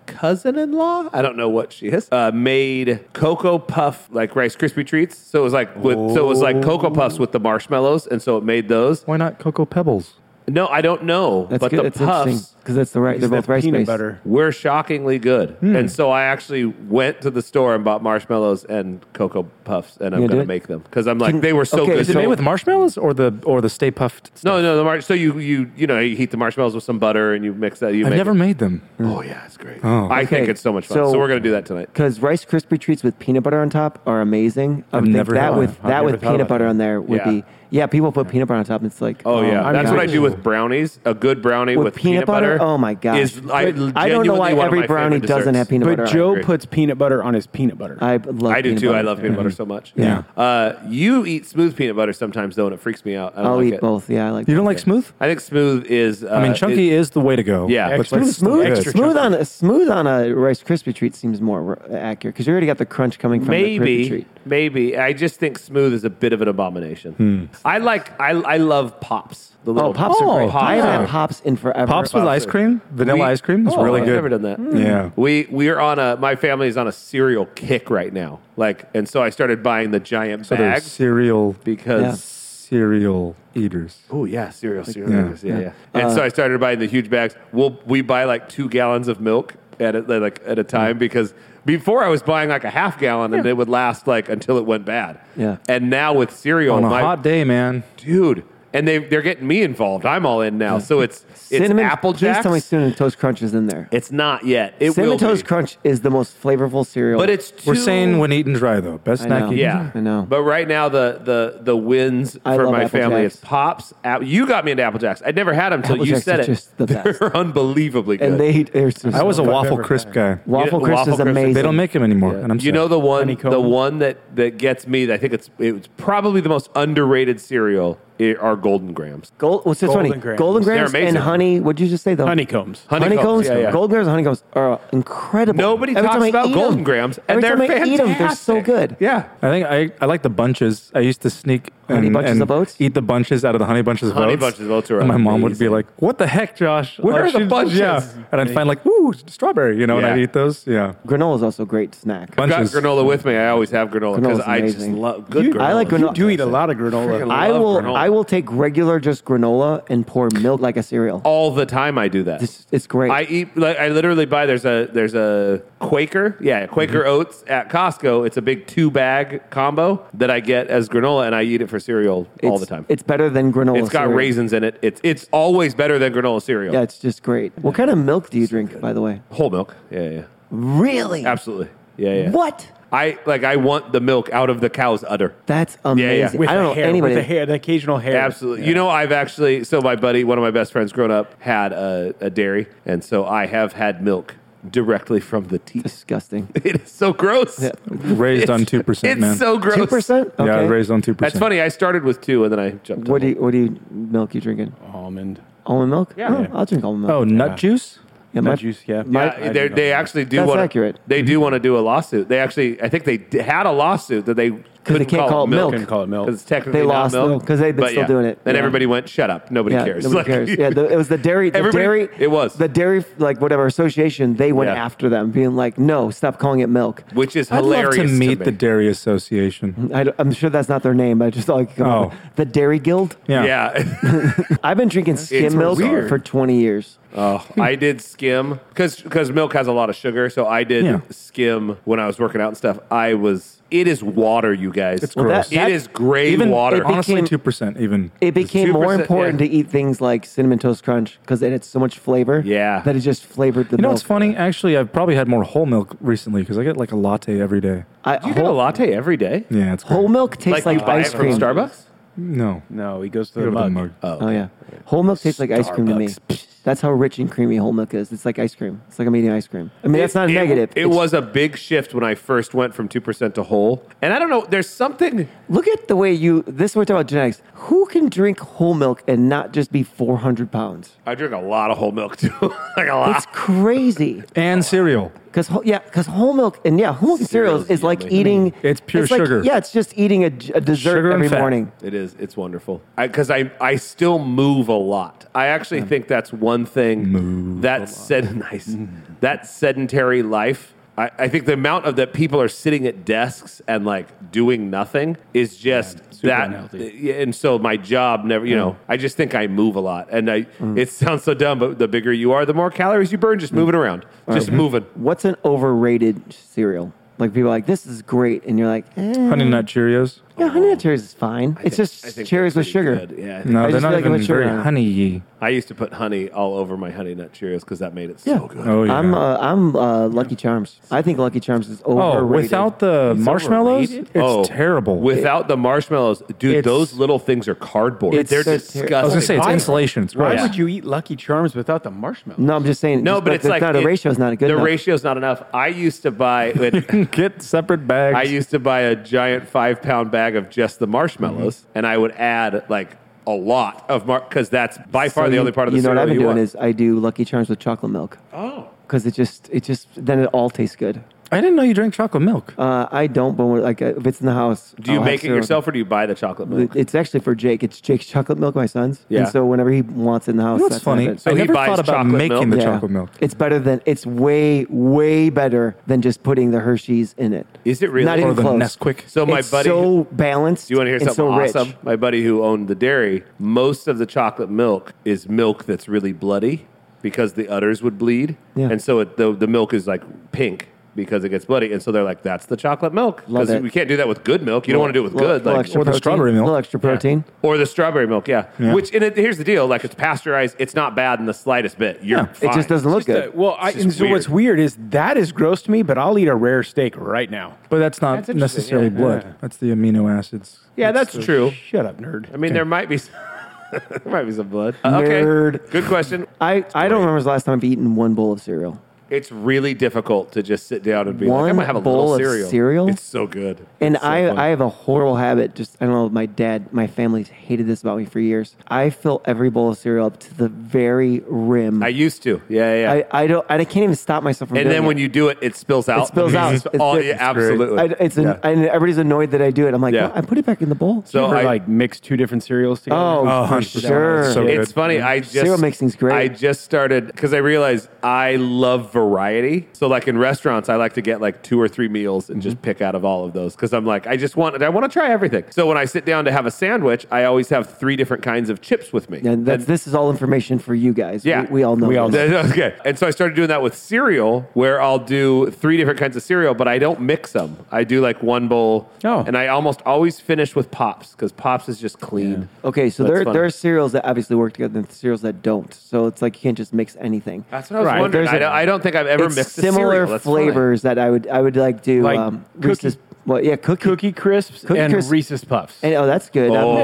cousin-in-law, I don't know what she is, uh, made Cocoa Puff like Rice Krispie treats. So it was like with so it was like Cocoa Puffs with the marshmallows, and so it made those.
Why not Cocoa Pebbles?
No, I don't know,
That's
but
good.
the
That's interesting
puffs
because that's the right. They're both rice
peanut
based.
butter.
were shockingly good, and so I actually went to the store and bought marshmallows and Cocoa Puffs, and I'm
You
gonna
did?
make them because I'm like
Can-
they were so
okay,
good.
Is it
So-
made with marshmallows or the or the Stay Puffed?
no, no, the mar- so you you you know you heat the marshmallows with some butter and you mix that. You
I've
make
never
it.
made them.
Oh yeah, it's great.
Oh.
I think
Mm. Okay,
it's so much fun. So,
so-
we're gonna do that tonight.
Because Rice Krispie treats with peanut butter on top are amazing. I
I've
would think
never
that
thought-
with
I've
that
never
with
thought
peanut
about
butter
that.
on there would
Yeah.
be yeah. People put peanut butter on top. and It's like
Oh yeah,
I'm
that's what I
not
do with brownies. A good brownie with, peanut butter.
Oh my gosh!
Is I,
I don't know
genuinely
why
one of
every
my
brownie
favorite
doesn't
desserts.
have peanut
But
butter.
Joe
agree.
puts peanut butter on his peanut butter.
on it. I love.
I do
peanut
too. I
butter. Mm-hmm.
love peanut butter so much.
Yeah.
Uh, you eat smooth peanut butter sometimes though, and it freaks me out. I don't
I'll
like
eat
it.
both. Yeah, I like.
You don't like smooth?
I think smooth is. Uh,
I mean, chunky
it-
is the way to go.
Yeah.
but
Extra
like
Smooth,
Extra
smooth on
chocolate.
a smooth on a Rice Krispie treat seems more r- accurate because you already got the crunch coming from the Krispie
maybe,
treat.
maybe. I just think smooth is a bit of an abomination. I like. I I love pops. The little
Hmm. Oh, pops
Oh,
are great.
pops
I haven't
are-
had pops in forever.
Pops with ice cream, vanilla
We-
ice cream. It's
Oh,
really
I've
good. Mm.
Never done that.
Yeah.
We we are on a my family's on a cereal kick right now. Like, and so I started buying the giant
So they're
bags
cereal
because.
cereal eaters.
Oh yeah, cereal, cereal,
yeah,
yeah, yeah. Uh, And so I started buying the huge bags. We'll we buy like two gallons of milk at a, like at a time because before I was buying like a half gallon and it would last like until it went bad.
Yeah.
And now with cereal,
On a
my
hot day, man.
dude, and they they're getting me involved. I'm all in now. So it's it's
cinnamon.
apple jacks.
Please tell me cinnamon toast crunch is in there.
It's not yet. It
cinnamon
will
toast
be.
crunch is the most flavorful cereal.
but it's too,
We're saying when eaten dry though, best
I
snack.
know.
you can
Yeah,
I know.
But right now, the the the wins
I
for
love
my
Apple
family
Jacks.
is pops. App, you got me into Apple Jacks. I'd never had them until
Apple
you
Jacks
said
are
it.
just the
[laughs] They're
best.
unbelievably good.
and they they're so
do. I was a
I've
waffle
never
crisp
had
guy.
waffle
You know,
crisp
waffle
is
crisp, they
amazing.
They don't make them anymore, and I'm
you
sad.
know the one,
Honeycomb.
the one that that gets me. I think it's it's probably the most underrated cereal i- are Golden Grams.
Gold, what's this
Golden
funny?
Grams.
Golden
They're
grams and
amazing.
honey. What'd you just say though?
Honeycombs.
Honeycombs, yeah, yeah.
Golden grams, and honeycombs are incredible.
Nobody talks
I
about
eat
Golden
'em-
Grams, and
Every
they're
time I eat them, they're so
fantastic.
good.
Yeah,
I think I, I like the bunches. I used to sneak
Honey
and,
Bunches
and
of Oats?
eat the bunches out of the honey bunches of
Honey
oats.
Bunches of Oats are
And my mom would
amazing.
be like, "What the heck, Josh?
Where
Like,
are the
she-
bunches?"
Yeah, and I'd find like, "Ooh, strawberry," you know,
Yeah.
and I'd eat those. Yeah,
Granola is also a great snack.
I've got
bunches.
granola with me. I always have granola because
Granola's
I just
amazing.
love good.
You-
granola.
I like
You
granola.
do eat a lot of granola.
I
I
love
will.
granola.
I will take regular just granola and pour milk like a cereal.
all the time. I do that.
It's, it's great.
I eat. Like, I literally buy. There's a there's a Quaker. Yeah, Quaker
Mm-hmm.
oats at Costco. It's a big two bag combo that I get as granola, and I eat it for cereal all
It's-
the time.
It's better than granola.
it's got
cereal.
raisins in it. It's it's always better than granola cereal.
Yeah, it's just great. What kind of milk do you drink, by the way?
Whole milk. Yeah, yeah,
Really?
absolutely. Yeah, yeah.
What?
I like. I want the milk out of the cow's udder.
That's
yeah.
amazing.
With
I
the
don't know
hair,
anybody.
with the hair, the occasional hair.
Absolutely. You know, I've actually so my buddy, one of my best friends, growing up, had a, a dairy, and so I have had milk directly from the teat. [laughs]
Disgusting.
It is so gross.
[laughs] Raised on 2%,
It's
man.
so gross.
Two percent. Okay.
Yeah, raised on 2%.
That's funny. I started with two, and then I jumped.
What do you, what do you milk you drinking?
Oh.
Almond.
Almond milk? Yeah, I'll drink almond milk.
Oh, nut juice?
yeah,
Nut
my-
juice, yeah.
my-
Yeah, they they actually do
That's
want
accurate.
They do want to do a lawsuit. They actually, I think they d- had a lawsuit that they couldn't
can't
call,
call
it
it
milk.
milk. Couldn't
call it milk.
'Cause it's technically
They
not
lost,
milk
though, 'cause they've been
But
still
yeah.
doing it.
Then
Yeah.
everybody went, "Shut up! Nobody
yeah,
cares." [laughs]
nobody
Like-
cares. Yeah, the, it was the dairy. The
Everybody-
dairy.
it was.
the dairy, like whatever association. They went
Yeah.
after them, being like, "No, stop calling it milk."
which is
I'd love
hilarious.
to meet
me.
the Dairy Association.
I, am sure that's not their name. But I just thought I could come
Oh.
up with- the Dairy Guild.
Yeah. [laughs]
yeah.
I've been drinking skim milk
weird.
for 20 years.
Oh, I did skim because milk has a lot of sugar. So I did
Yeah.
skim when I was working out and stuff. I was. It is water, you guys. It's
Well, gross.
that- that-
it is gray
Even
water.
it-
Honestly,
became-
2% even.
It became more
2%,
important
yeah.
to eat things like cinnamon toast crunch because it had so much flavor.
Yeah.
that it just flavored the
You know
milk.
what's funny? Actually, I've probably had more whole milk recently because I get like a latte every day.
I,
Do you get a
whole,
latte every day?
Yeah, it's
whole
great.
milk tastes
you
like,
buy it
ice
from
cream.
Starbucks?
No.
No, he goes
Go
to the
to the
mug.
mug.
Oh yeah, whole milk tastes like ice cream to me.
Starbucks.
That's how rich and creamy whole milk is. It's like ice cream. It's like I'm eating ice cream. I mean, that's not
it,
negative.
It,
It's-
was a big shift when I first went from 2% to whole. And I don't know, there's something.
Look at the way you. This we're talking about genetics. Who can drink whole milk and not just be 400 pounds?
I drink a lot of whole milk too. [laughs] like a lot.
It's crazy.
And cereal.
Cause whole- yeah, cause whole milk and yeah, whole milk and cereals
Cereal's
is like
yummy.
eating.
It's pure
like-
sugar.
yeah, it's just eating a, a dessert
Sugar and
every
fat.
morning.
It is. It's wonderful. Because I, I, still move a lot. I actually think that's one thing that said [laughs] nice that sedentary life. I, I think the amount of that people are sitting at desks and like doing nothing is just
super
that.
unhealthy.
yeah, And so my job never, you know, I just think I move a lot, and I. It sounds so dumb, but the bigger you are, the more calories you burn just moving around, just moving.
What's an overrated cereal? Like people are like this is great, and you're like, eh,
Honey Nut Cheerios.
yeah, honey nut cherries is fine. it's
Oh. I
just
think
cherries
they're pretty
with sugar.
good. Yeah, I think-
No,
I
they're
just
not
feel like I
even
put sugar
very
on it.
honey-y.
I used to put honey all over my honey nut Cheerios because that made it
Yeah.
so good.
Oh, yeah.
I'm uh, I'm uh, Lucky Charms. I think Lucky Charms is
oh,
overrated.
without the marshmallows,
Overrated?
it's terrible.
Oh, Without the marshmallows, dude,
It's-
those little things are cardboard.
It's
They're
so ter-
disgusting.
I was gonna say it's
Why-
insulation. It's
Why
gross.
would you eat Lucky Charms without the marshmallow?
no, I'm just saying.
no,
just-
but it's
the,
like
no, the
it-
ratio's not good.
The
enough.
ratio's not enough. I used to
[laughs]
buy. when-
[laughs] Get separate bags.
I used to buy a giant five pound bag of just the marshmallows,
Mm-hmm.
and I would add like a lot of mar because that's by far
So
the
you-
only part of the
you know what
cereal
I've been
you
doing
want.
is I do Lucky Charms with chocolate milk.
oh,
Because it just, it just, then it all tastes good.
I didn't know you drank chocolate milk.
Uh, I don't, but when- like uh, if it's in the house,
do you
I'll have
make it
cereal.
yourself or do you buy the chocolate milk?
It's actually for Jake. It's Jake's chocolate milk, my son's.
Yeah.
And so whenever he wants it in the house,
you know what's
that's what I
funny?
have it.
I
he
never
buys
thought about
chocolate
making
milk?
the
Yeah.
chocolate milk.
It's better than it's way, way better than just putting the Hershey's in it.
Is it really?
Not
Or
even
the
close.
Nesquik.
So my
It's
buddy-
so balanced.
Do you want to hear
and
something
so rich.
awesome? My buddy who owned the dairy, most of the chocolate milk is milk that's really bloody because the udders would bleed.
Yeah.
And so it, the, the milk is like pink because it gets bloody. And so they're like, that's the chocolate milk.
Love
Because
it.
we can't do that with good milk. You don't want to do it with
Little-
good.
little
Like,
extra
Or the
protein,
strawberry milk.
little extra protein.
or the strawberry milk, yeah.
Yeah.
Which, and it, here's the deal like, it's pasteurized. It's not bad in the slightest bit. You're
Yeah. It
fine.
It just doesn't look
Just, uh,
good.
well, I,
just
and so what's weird is that is gross to me, but I'll eat a rare steak right now.
But that's not
That's interesting,
necessarily
yeah.
blood. That's the amino acids.
Yeah, that's true.
Shut up, nerd.
I mean, there might be. Some, [laughs] there might be some blood. Uh, okay.
Nerd.
Good question.
I, I don't remember the last time I've eaten one bowl of cereal.
It's really difficult to just sit down and be like, I'm
One
gonna have a
bowl
little
of
cereal.
cereal?
It's so good.
And
It's so
I,
fun.
I have a horrible habit. Just I don't know. My dad, my family's hated this about me for years. I fill every bowl of cereal up to the very rim.
I
I,
used to. Yeah, yeah.
I, don't. I can't even stop myself from.
and
doing
then
it.
when you do it, it spills out.
spills out.
It's
It's
all-
good.
yeah,
It's great.
absolutely.
I, it's an,
Yeah.
and everybody's annoyed that I do it. I'm like,
Yeah.
"Well, I put it back in the bowl.
so
Or
I,
like mix two different cereals together.
oh,
[laughs]
for
100%.
sure.
So
it's funny. I just
Cereal mixing's great.
I just started because I realized I love variety. So like in restaurants, I like to get like two or three meals and
Mm-hmm.
just pick out of all of those because I'm like, I just want I want to try everything. So when I sit down to have a sandwich, I always have three different kinds of chips with me.
And that's, this is all information for you guys.
Yeah.
We, we all know.
We all
this.
Th- [laughs] Okay. And so I started doing that with cereal, where I'll do three different kinds of cereal, but I don't mix them. I do like one bowl.
Oh.
And I almost always finish with Pops because Pops is just clean.
Okay, so
That's
there,
fun.
there are cereals that obviously work together and cereals that don't. So it's like you can't just mix anything.
That's what I was
Right.
wondering.
There's
I
a-
don't, I don't think I've ever
It's
mixed a
similar
cereal. That's funny.
flavors that I would I would like do
Like
um,
cookie-
Reese's. Well, yeah, cookie.
Cookie crisps
Cookie
and
Crisp-
Reese's Puffs.
And, oh, that's good. Um,
Oh,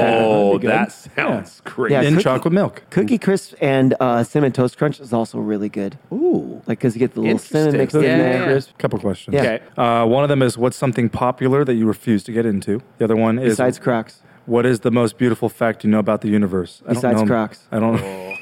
that'd be good.
that sounds great.
Yeah.
in
cookie-
chocolate milk.
Cookie crisp and uh, cinnamon toast crunch is also really good. Ooh, like because you get the little cinnamon mixed
Interesting.
in
Yeah,
there.
yeah, yeah.
A couple questions.
Yeah.
Okay.
Uh, one of them is what's something popular that you refuse to get into. The other one is
Besides Crocs,
what is the most beautiful fact you know about the universe? I
Besides
don't know,
Crocs.
I don't.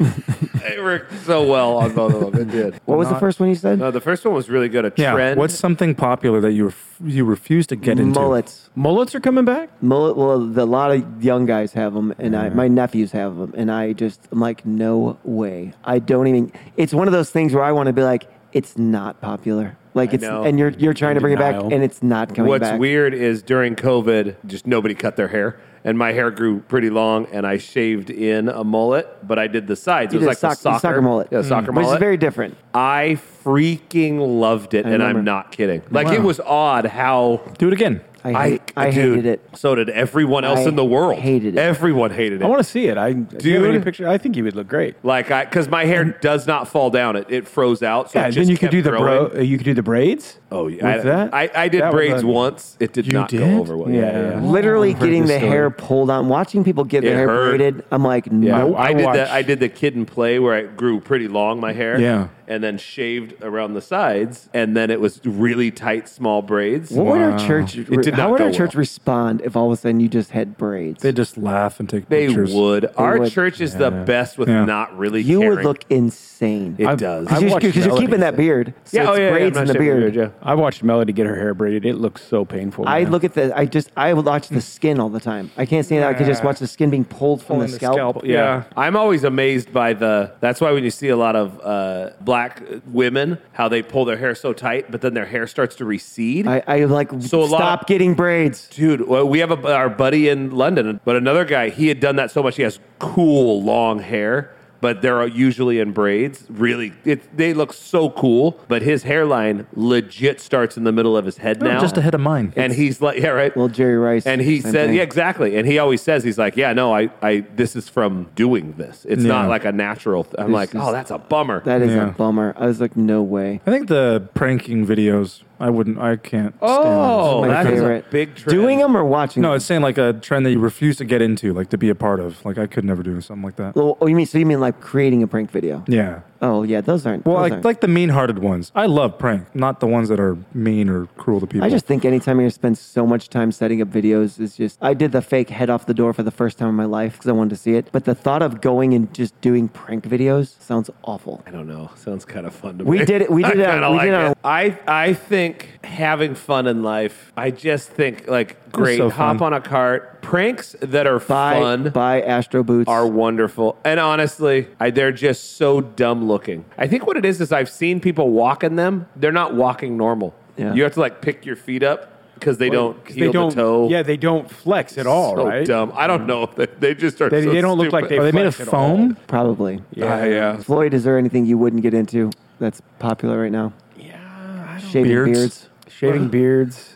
It worked so well on both of them. It
[laughs]
did.
what was the
Not-
first one you said?
No, the first one was really good. A
[laughs] Yeah.
trend.
What's something popular that you ref- you refuse to get into?
Mullets.
Mullets are coming back?
Mullet. Well, the, a lot of young guys have them, and I,
Mm-hmm.
my nephews have them, and I just I'm like, no way. I don't even. It's one of those things where I want to be like, it's not popular. Like it's
know.
and you're you're trying to bring it
denial.
back, and it's not coming
What's
back.
weird is during COVID, just nobody cut their hair. And my hair grew pretty long, and I shaved in a mullet, but I did the sides.
You
it was
did
like the
soc- the
soccer,
soccer mullet. Mm.
Yeah, the soccer
Which
mullet.
is very different.
I freaking loved it, and
remember.
I'm not kidding. Like
Wow.
it was odd how
Do it again.
I hate- I
dude,
hated it.
So did everyone else
I
in the world.
hated it.
Everyone hated it.
I want to see it. I do you have any
Dude.
picture? I think he would look great.
like I, because my hair does not fall down; it, it froze out. So
Yeah,
it
and
just
then you could
kept
do the
growing.
bro. uh, You could do the braids.
Oh yeah,
With
I,
that?
I, I did
That was
braids
a-
once. It did
You
not go
did?
over well.
Yeah,
yeah,
yeah.
yeah.
Literally
Oh, I've heard
getting
this
the
story.
hair pulled on, watching people get
It
their hair
hurt.
braided. I'm like,
Yeah,
no.
I,
I
did
watched-
the I did the kid and play where it grew pretty long my hair,
Yeah.
and then shaved around the sides, and then it was really tight, small braids.
What would our
Wow.
church?
It did
how
not
would
go
our church
well.
respond if all of a sudden you just had braids?
They just laugh and take
They
pictures.
would. Our
would.
church is the best with
Yeah.
not really.
you would
caring.
look insane.
It
I've-
does.
I've
Because you're,
watched
'cause you're
Melody
keeping that
say-
beard. So
yeah,
it's
oh, yeah,
braids
I'm
in
not
the
shaving
beard.
yeah.
I watched Melody get her hair braided. It looks so painful.
I
man.
look at the. I just. I would watch the skin all the time. I can't stand. that I can just watch the skin being pulled from the
Pulling the
scalp.
scalp.
Yeah.
Yeah.
I'm always amazed by the. That's why when you see a lot of uh, black women, how they pull their hair so tight, but then their hair starts to recede.
I, I like.
So a lot
stop
of-
getting braids.
Dude, well, we have a, our buddy in London, but another guy, he had done that so much. He has cool long hair, but they're usually in braids. Really, it, they look so cool, but his hairline legit starts in the middle of his head now.
Just ahead of mine.
And he's like, yeah, right.
Well, Jerry Rice.
And he
same
said,
thing.
yeah, exactly. And he always says, he's like, yeah, no, I, I this is from doing this. It's
Yeah.
not like a natural. Th-. I'm like,
is-
oh, that's a bummer.
That is
Yeah.
a bummer. I was like, no way.
I think the pranking videos. I wouldn't. I can't.
oh,
My
stand those.
that's
favorite.
a big trend.
Doing them or watching?
No,
them?
it's saying like a trend that you refuse to get into, like to be a part of. Like I could never do something like that.
Oh, you mean so? You mean like creating a prank video?
Yeah.
Oh yeah, those aren't.
Well,
those
like
aren't.
like the mean-hearted ones. I love prank, not the ones that are mean or cruel to people.
I just think anytime you spend so much time setting up videos is just. I did the fake head off the door for the first time in my life because I wanted to see it. But the thought of going and just doing prank videos sounds awful.
I don't know. Sounds kind of fun to
We
me.
did it- we did
[laughs] I
it on-
kinda
we
like
did it on-
it. I I think having fun in life. I just think like great.
so
hop
fun.
on a cart. Pranks that are
Buy
fun
buy Astro boots.
are wonderful. And honestly, I, they're just so dumb looking. I think what it is is I've seen people walk in them. They're not walking normal.
Yeah.
You have to like pick your feet up because they don't
'Cause
heel the toe.
Yeah, they don't flex at all,
so
right?
dumb. I don't know. [laughs] They, they just are.
They-
so
they don't look like
stupid.
are they made of
flex at
foam?
Probably.
Yeah, yeah.
Floyd, is there anything you wouldn't get into that's popular right now?
Yeah, I don't-
Shaving beards.
Beards.
[sighs]
shaving beards.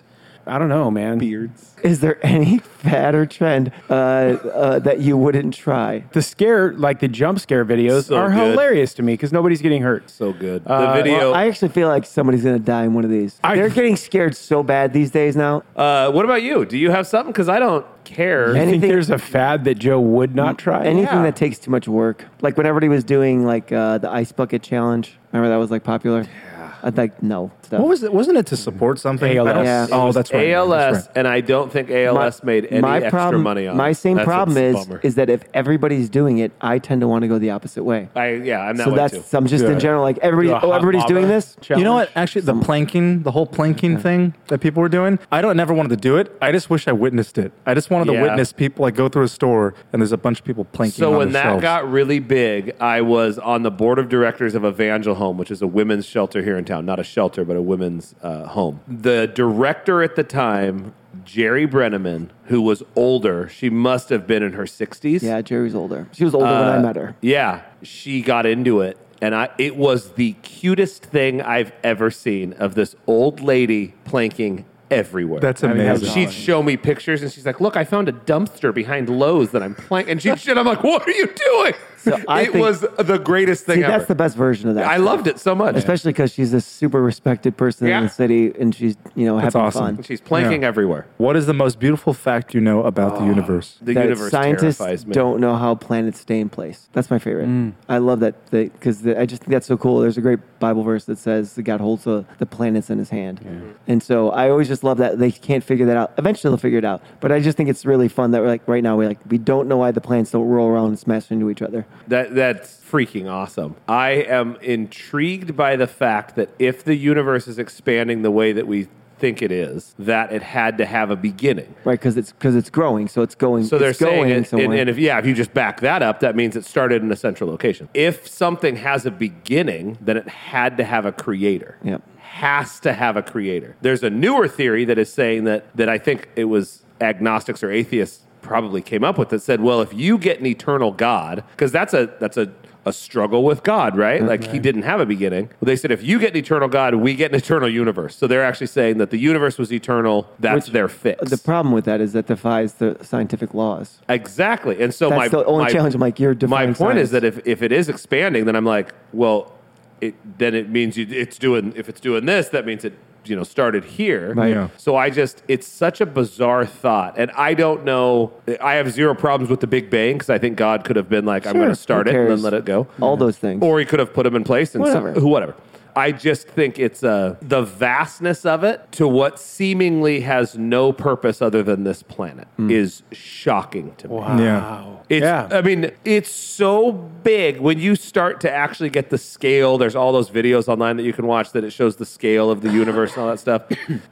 I don't know, man.
Beards.
Is there [laughs] any fad or trend uh, uh, that you wouldn't try?
The scare, like the jump scare videos,
So
are
good.
hilarious to me because nobody's getting hurt.
So good. The
Uh,
video.
Well, I actually feel like somebody's gonna die in one of these.
I-
They're getting scared so bad these days now.
uh, what about you? Do you have something? Because I don't care.
I think
Anything-
there's a fad that Joe would not try.
Anything
yeah.
that takes too much work, like when everybody was doing like uh, the ice bucket challenge. Remember that was like popular. I'd like no. Stuff.
What was it? Wasn't it to support something?
ALS.
I don't-
Yeah.
Oh, that's right.
ALS,
That's right.
and I don't think ALS made any extra
problem,
money on
My
it.
same
That's
problem
what's
is
a bummer.
is that if everybody's doing it, I tend to want to go the opposite way.
I yeah, I'm that
so
way
that's
too.
I'm just
Yeah.
in general like everybody.
Do a
Oh,
hot
everybody's
lava
doing this.
challenge.
You know what? Actually, the planking, the whole planking thing that people were doing, I don't never wanted to do it. I just wish I witnessed it. I just wanted
Yeah.
to witness people like go through a store and there's a bunch of people planking.
So
on
when
their
that
shelves.
got really big, I was on the board of directors of Evangel Home, which is a women's shelter here in town. Not a shelter, but a women's uh, home. The director at the time, Jerry Brenneman, who was older, she must have been in her 60s.
Yeah, Jerry's older. She was older when I
Uh,
met her.
Yeah, she got into it, and I it was the cutest thing I've ever seen of this old lady planking everywhere.
That's
mean, that's
amazing.
awesome.
She'd show me pictures, and she's like, "Look, I found a dumpster behind Lowe's that I'm planking." And she [laughs] shit, I'm like, "What are you doing?"
So I
it
think-
was the greatest thing
See,
ever.
that's the best version of that.
I loved it so much.
especially because she's a super respected person in
Yeah.
the city, and she's you know having
awesome.
fun.
She's planking
Yeah.
everywhere.
what is the most beautiful fact you know about the universe?
Ah. The
that
universe
scientists
terrifies me. Mm.
don't know how planets stay in place. That's my favorite. I love that because I just think that's so cool. There's a great Bible verse that says that God holds the, the planets in His hand, Mm-hmm. and so I always just love that they can't figure that out. Eventually, they'll figure it out. But I just think it's really fun that we're like right now we like we don't know why the planets don't roll around and smash into each other.
That that's freaking awesome. I am intrigued by the fact that if the universe is expanding the way that we think it is, that it had to have a beginning.
Right, because it's because it's growing, so it's going.
So they're
it's going
saying, it, and,
somewhere.
and if yeah, if you just back that up, that means it started in a central location. If something has a beginning, then it had to have a creator.
Yep.
Has to have a creator. There's a newer theory that is saying that that I think it was agnostics or atheists probably came up with that said, well, if you get an eternal God, because that's a that's a a struggle with God, right? Like he didn't have a beginning. Well, they said if you get an eternal God, we get an [laughs] eternal universe. So they're actually saying that the universe was eternal. That's their fix.
the problem with that is that defies the scientific laws.
Exactly. And so
That's
my
the only
my-
challenge. I'm like, you're
My
defying
point is
science.
that if, if it is expanding, then I'm like, well, it, then it means you, it's doing. If it's doing this, that means it you know started here.
Right.
Yeah.
So I just it's such a bizarre thought, and I don't know. I have zero problems with the Big Bang because I think God could have been like, I'm
Sure,
going to start
who
it and then
cares?
let it go.
All those things.
Or he could have put him in place and
Whatever.
who whatever. I just think it's uh, the vastness of it to what seemingly has no purpose other than this planet
Hmm.
is shocking to me.
Wow.
It's,
yeah.
I mean, it's so big when you start to actually get the scale. There's all those videos online that you can watch that it shows the scale of the universe and all that
[coughs]
stuff.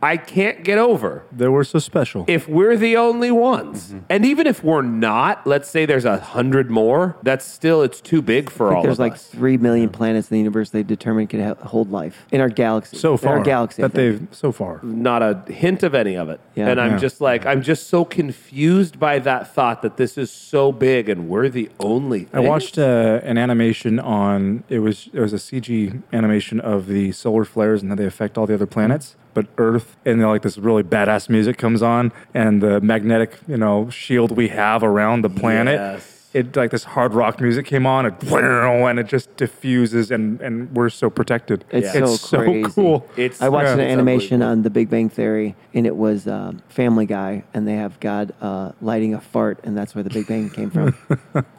I can't get over
They were so special.
if we're the only ones.
Mm-hmm.
And even if we're not, let's say there's a hundred more, that's still, it's too big for all
There's
of
like
us.
three million planets in the universe they determined could ha- hold life in our galaxy.
so far,
in our galaxy. I
that
think.
they've so far.
Not a hint of any of it.
Yeah.
and I'm
Yeah.
just like, I'm just so confused by that thought that this is so big and we're the only.
I
thing.
watched uh, an animation on it was it was a CG animation of the solar flares and how they affect all the other planets, but Earth and like this really badass music comes on and the magnetic you know shield we have around the planet.
Yes.
It like this hard rock music came on and, [laughs] and it just diffuses and, and we're so protected.
It's
Yeah.
so crazy.
cool.
It's-
I watched
Yeah.
an
It's
animation
unbelievable.
on The Big Bang Theory, and it was um, Family Guy, and they have God uh, lighting a fart, and that's where the Big Bang came
[laughs]
from.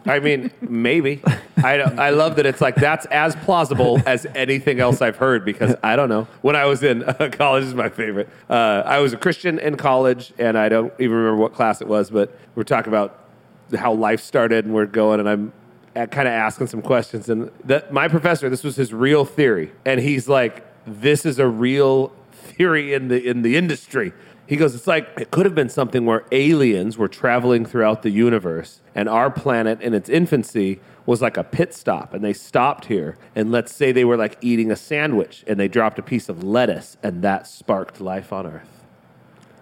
I mean, maybe. I, don't- I love that it's like that's as plausible as anything else I've heard because I don't know. When I was in [laughs] uh, college, is my favorite. Uh, I was a Christian in college, and I don't even remember what class it was, but we're talking about how life started and we're going, and I'm kind of uh, asking some questions. And that my professor, this was his real theory, and he's like, "This is a real theory in the in the industry." He goes, it's like it could have been something where aliens were traveling throughout the universe and our planet in its infancy was like a pit stop and they stopped here and let's say they were like eating a sandwich and they dropped a piece of lettuce and that sparked life on earth.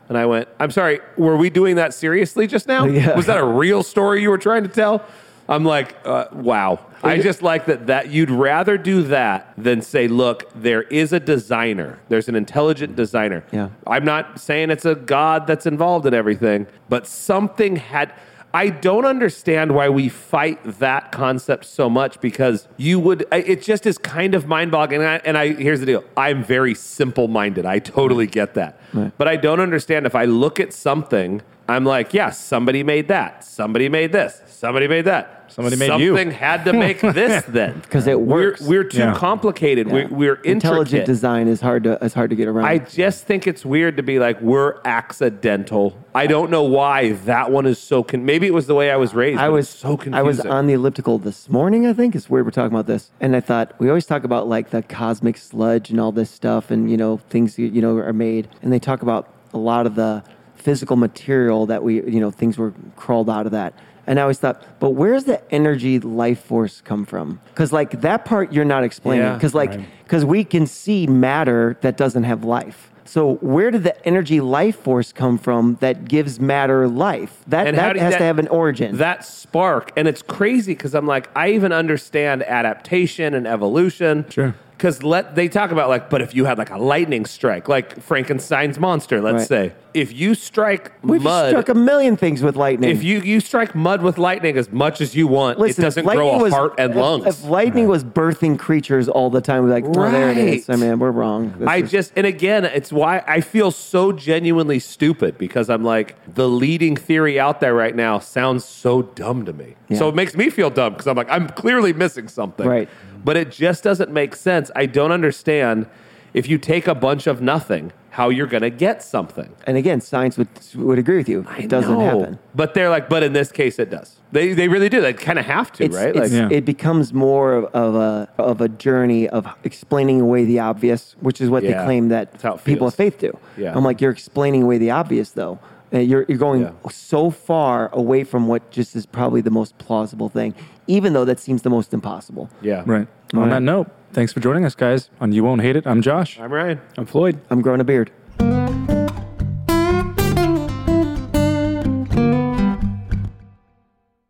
And I went, I'm sorry, were we doing that seriously just now?
Yeah.
Was that a real story you were trying to tell? I'm like, uh, wow. I just like that, that you'd rather do that than say, look, there is a designer. There's an intelligent designer.
Yeah.
I'm not saying it's a God that's involved in everything, but something had. I don't understand why we fight that concept so much because you would. I- It just is kind of mind boggling. And I, and I here's the deal: I'm very simple minded. I totally get that, but I don't understand if I look at something I'm like, yeah, somebody made that. Somebody made this. Somebody made that.
Somebody made you."
Something had to make this
[laughs]
then.
because it
We're,
works.
we're too
Yeah.
complicated. We're, we're
intelligent
intricate.
design is hard to is hard to get around.
I just think it's weird to be like, we're accidental. I don't know why that one is so. Con- Maybe it was the way I was raised.
I
but
was
it's so confusing.
I was on the elliptical this morning. I think it's weird we're talking about this, and I thought we always talk about like the cosmic sludge and all this stuff, and you know things you you know are made, and they talk about a lot of the physical material that we you know things were crawled out of that. And I always thought, but where's the energy life force come from? Because like that part you're not explaining.
Yeah,
Because like because we can see matter that doesn't have life. So where did the energy life force come from that gives matter life? That
And how
that
did
has
that-
to have an origin.
that spark and it's crazy because i'm like i even understand adaptation and evolution
Sure.
because let they talk about like but if you had like a lightning strike like frankenstein's monster let's
Right.
say if you strike
We've
mud
struck a million things with lightning.
if you you strike mud with lightning as much as you want
Listen,
it
if
doesn't grow a
lightning was-
heart and
if-
lungs
If, lightning was birthing creatures all the time, we're like, oh, there it is. I
Right.
mean, we're wrong. This
I
is-
just, and again, it's why I feel so genuinely stupid because I'm like, the leading theory out there right now sounds so dumb to me.
Yeah.
So it makes me feel dumb because I'm like, I'm clearly missing something.
Right.
But it just doesn't make sense. I don't understand if you take a bunch of nothing, how you're going to get something.
and again, science would would agree with you. It doesn't
No.
happen.
But they're like, but in this case, it does. They, they really do. They kind of have to,
It's,
right?
it's-
like,
Yeah.
It becomes more of, of a of a journey of explaining away the obvious, which is what
Yeah.
they claim that
That's how it
people
feels.
of faith do.
Yeah.
I'm like, you're explaining away the obvious, though. Uh, you're you're going
Yeah.
so far away from what just is probably the most plausible thing, even though that seems the most impossible.
yeah.
Right. On
All right.
that note, thanks for joining us, guys. On You Won't Hate It, I'm Josh.
I'm Ryan.
I'm Floyd.
I'm growing a beard.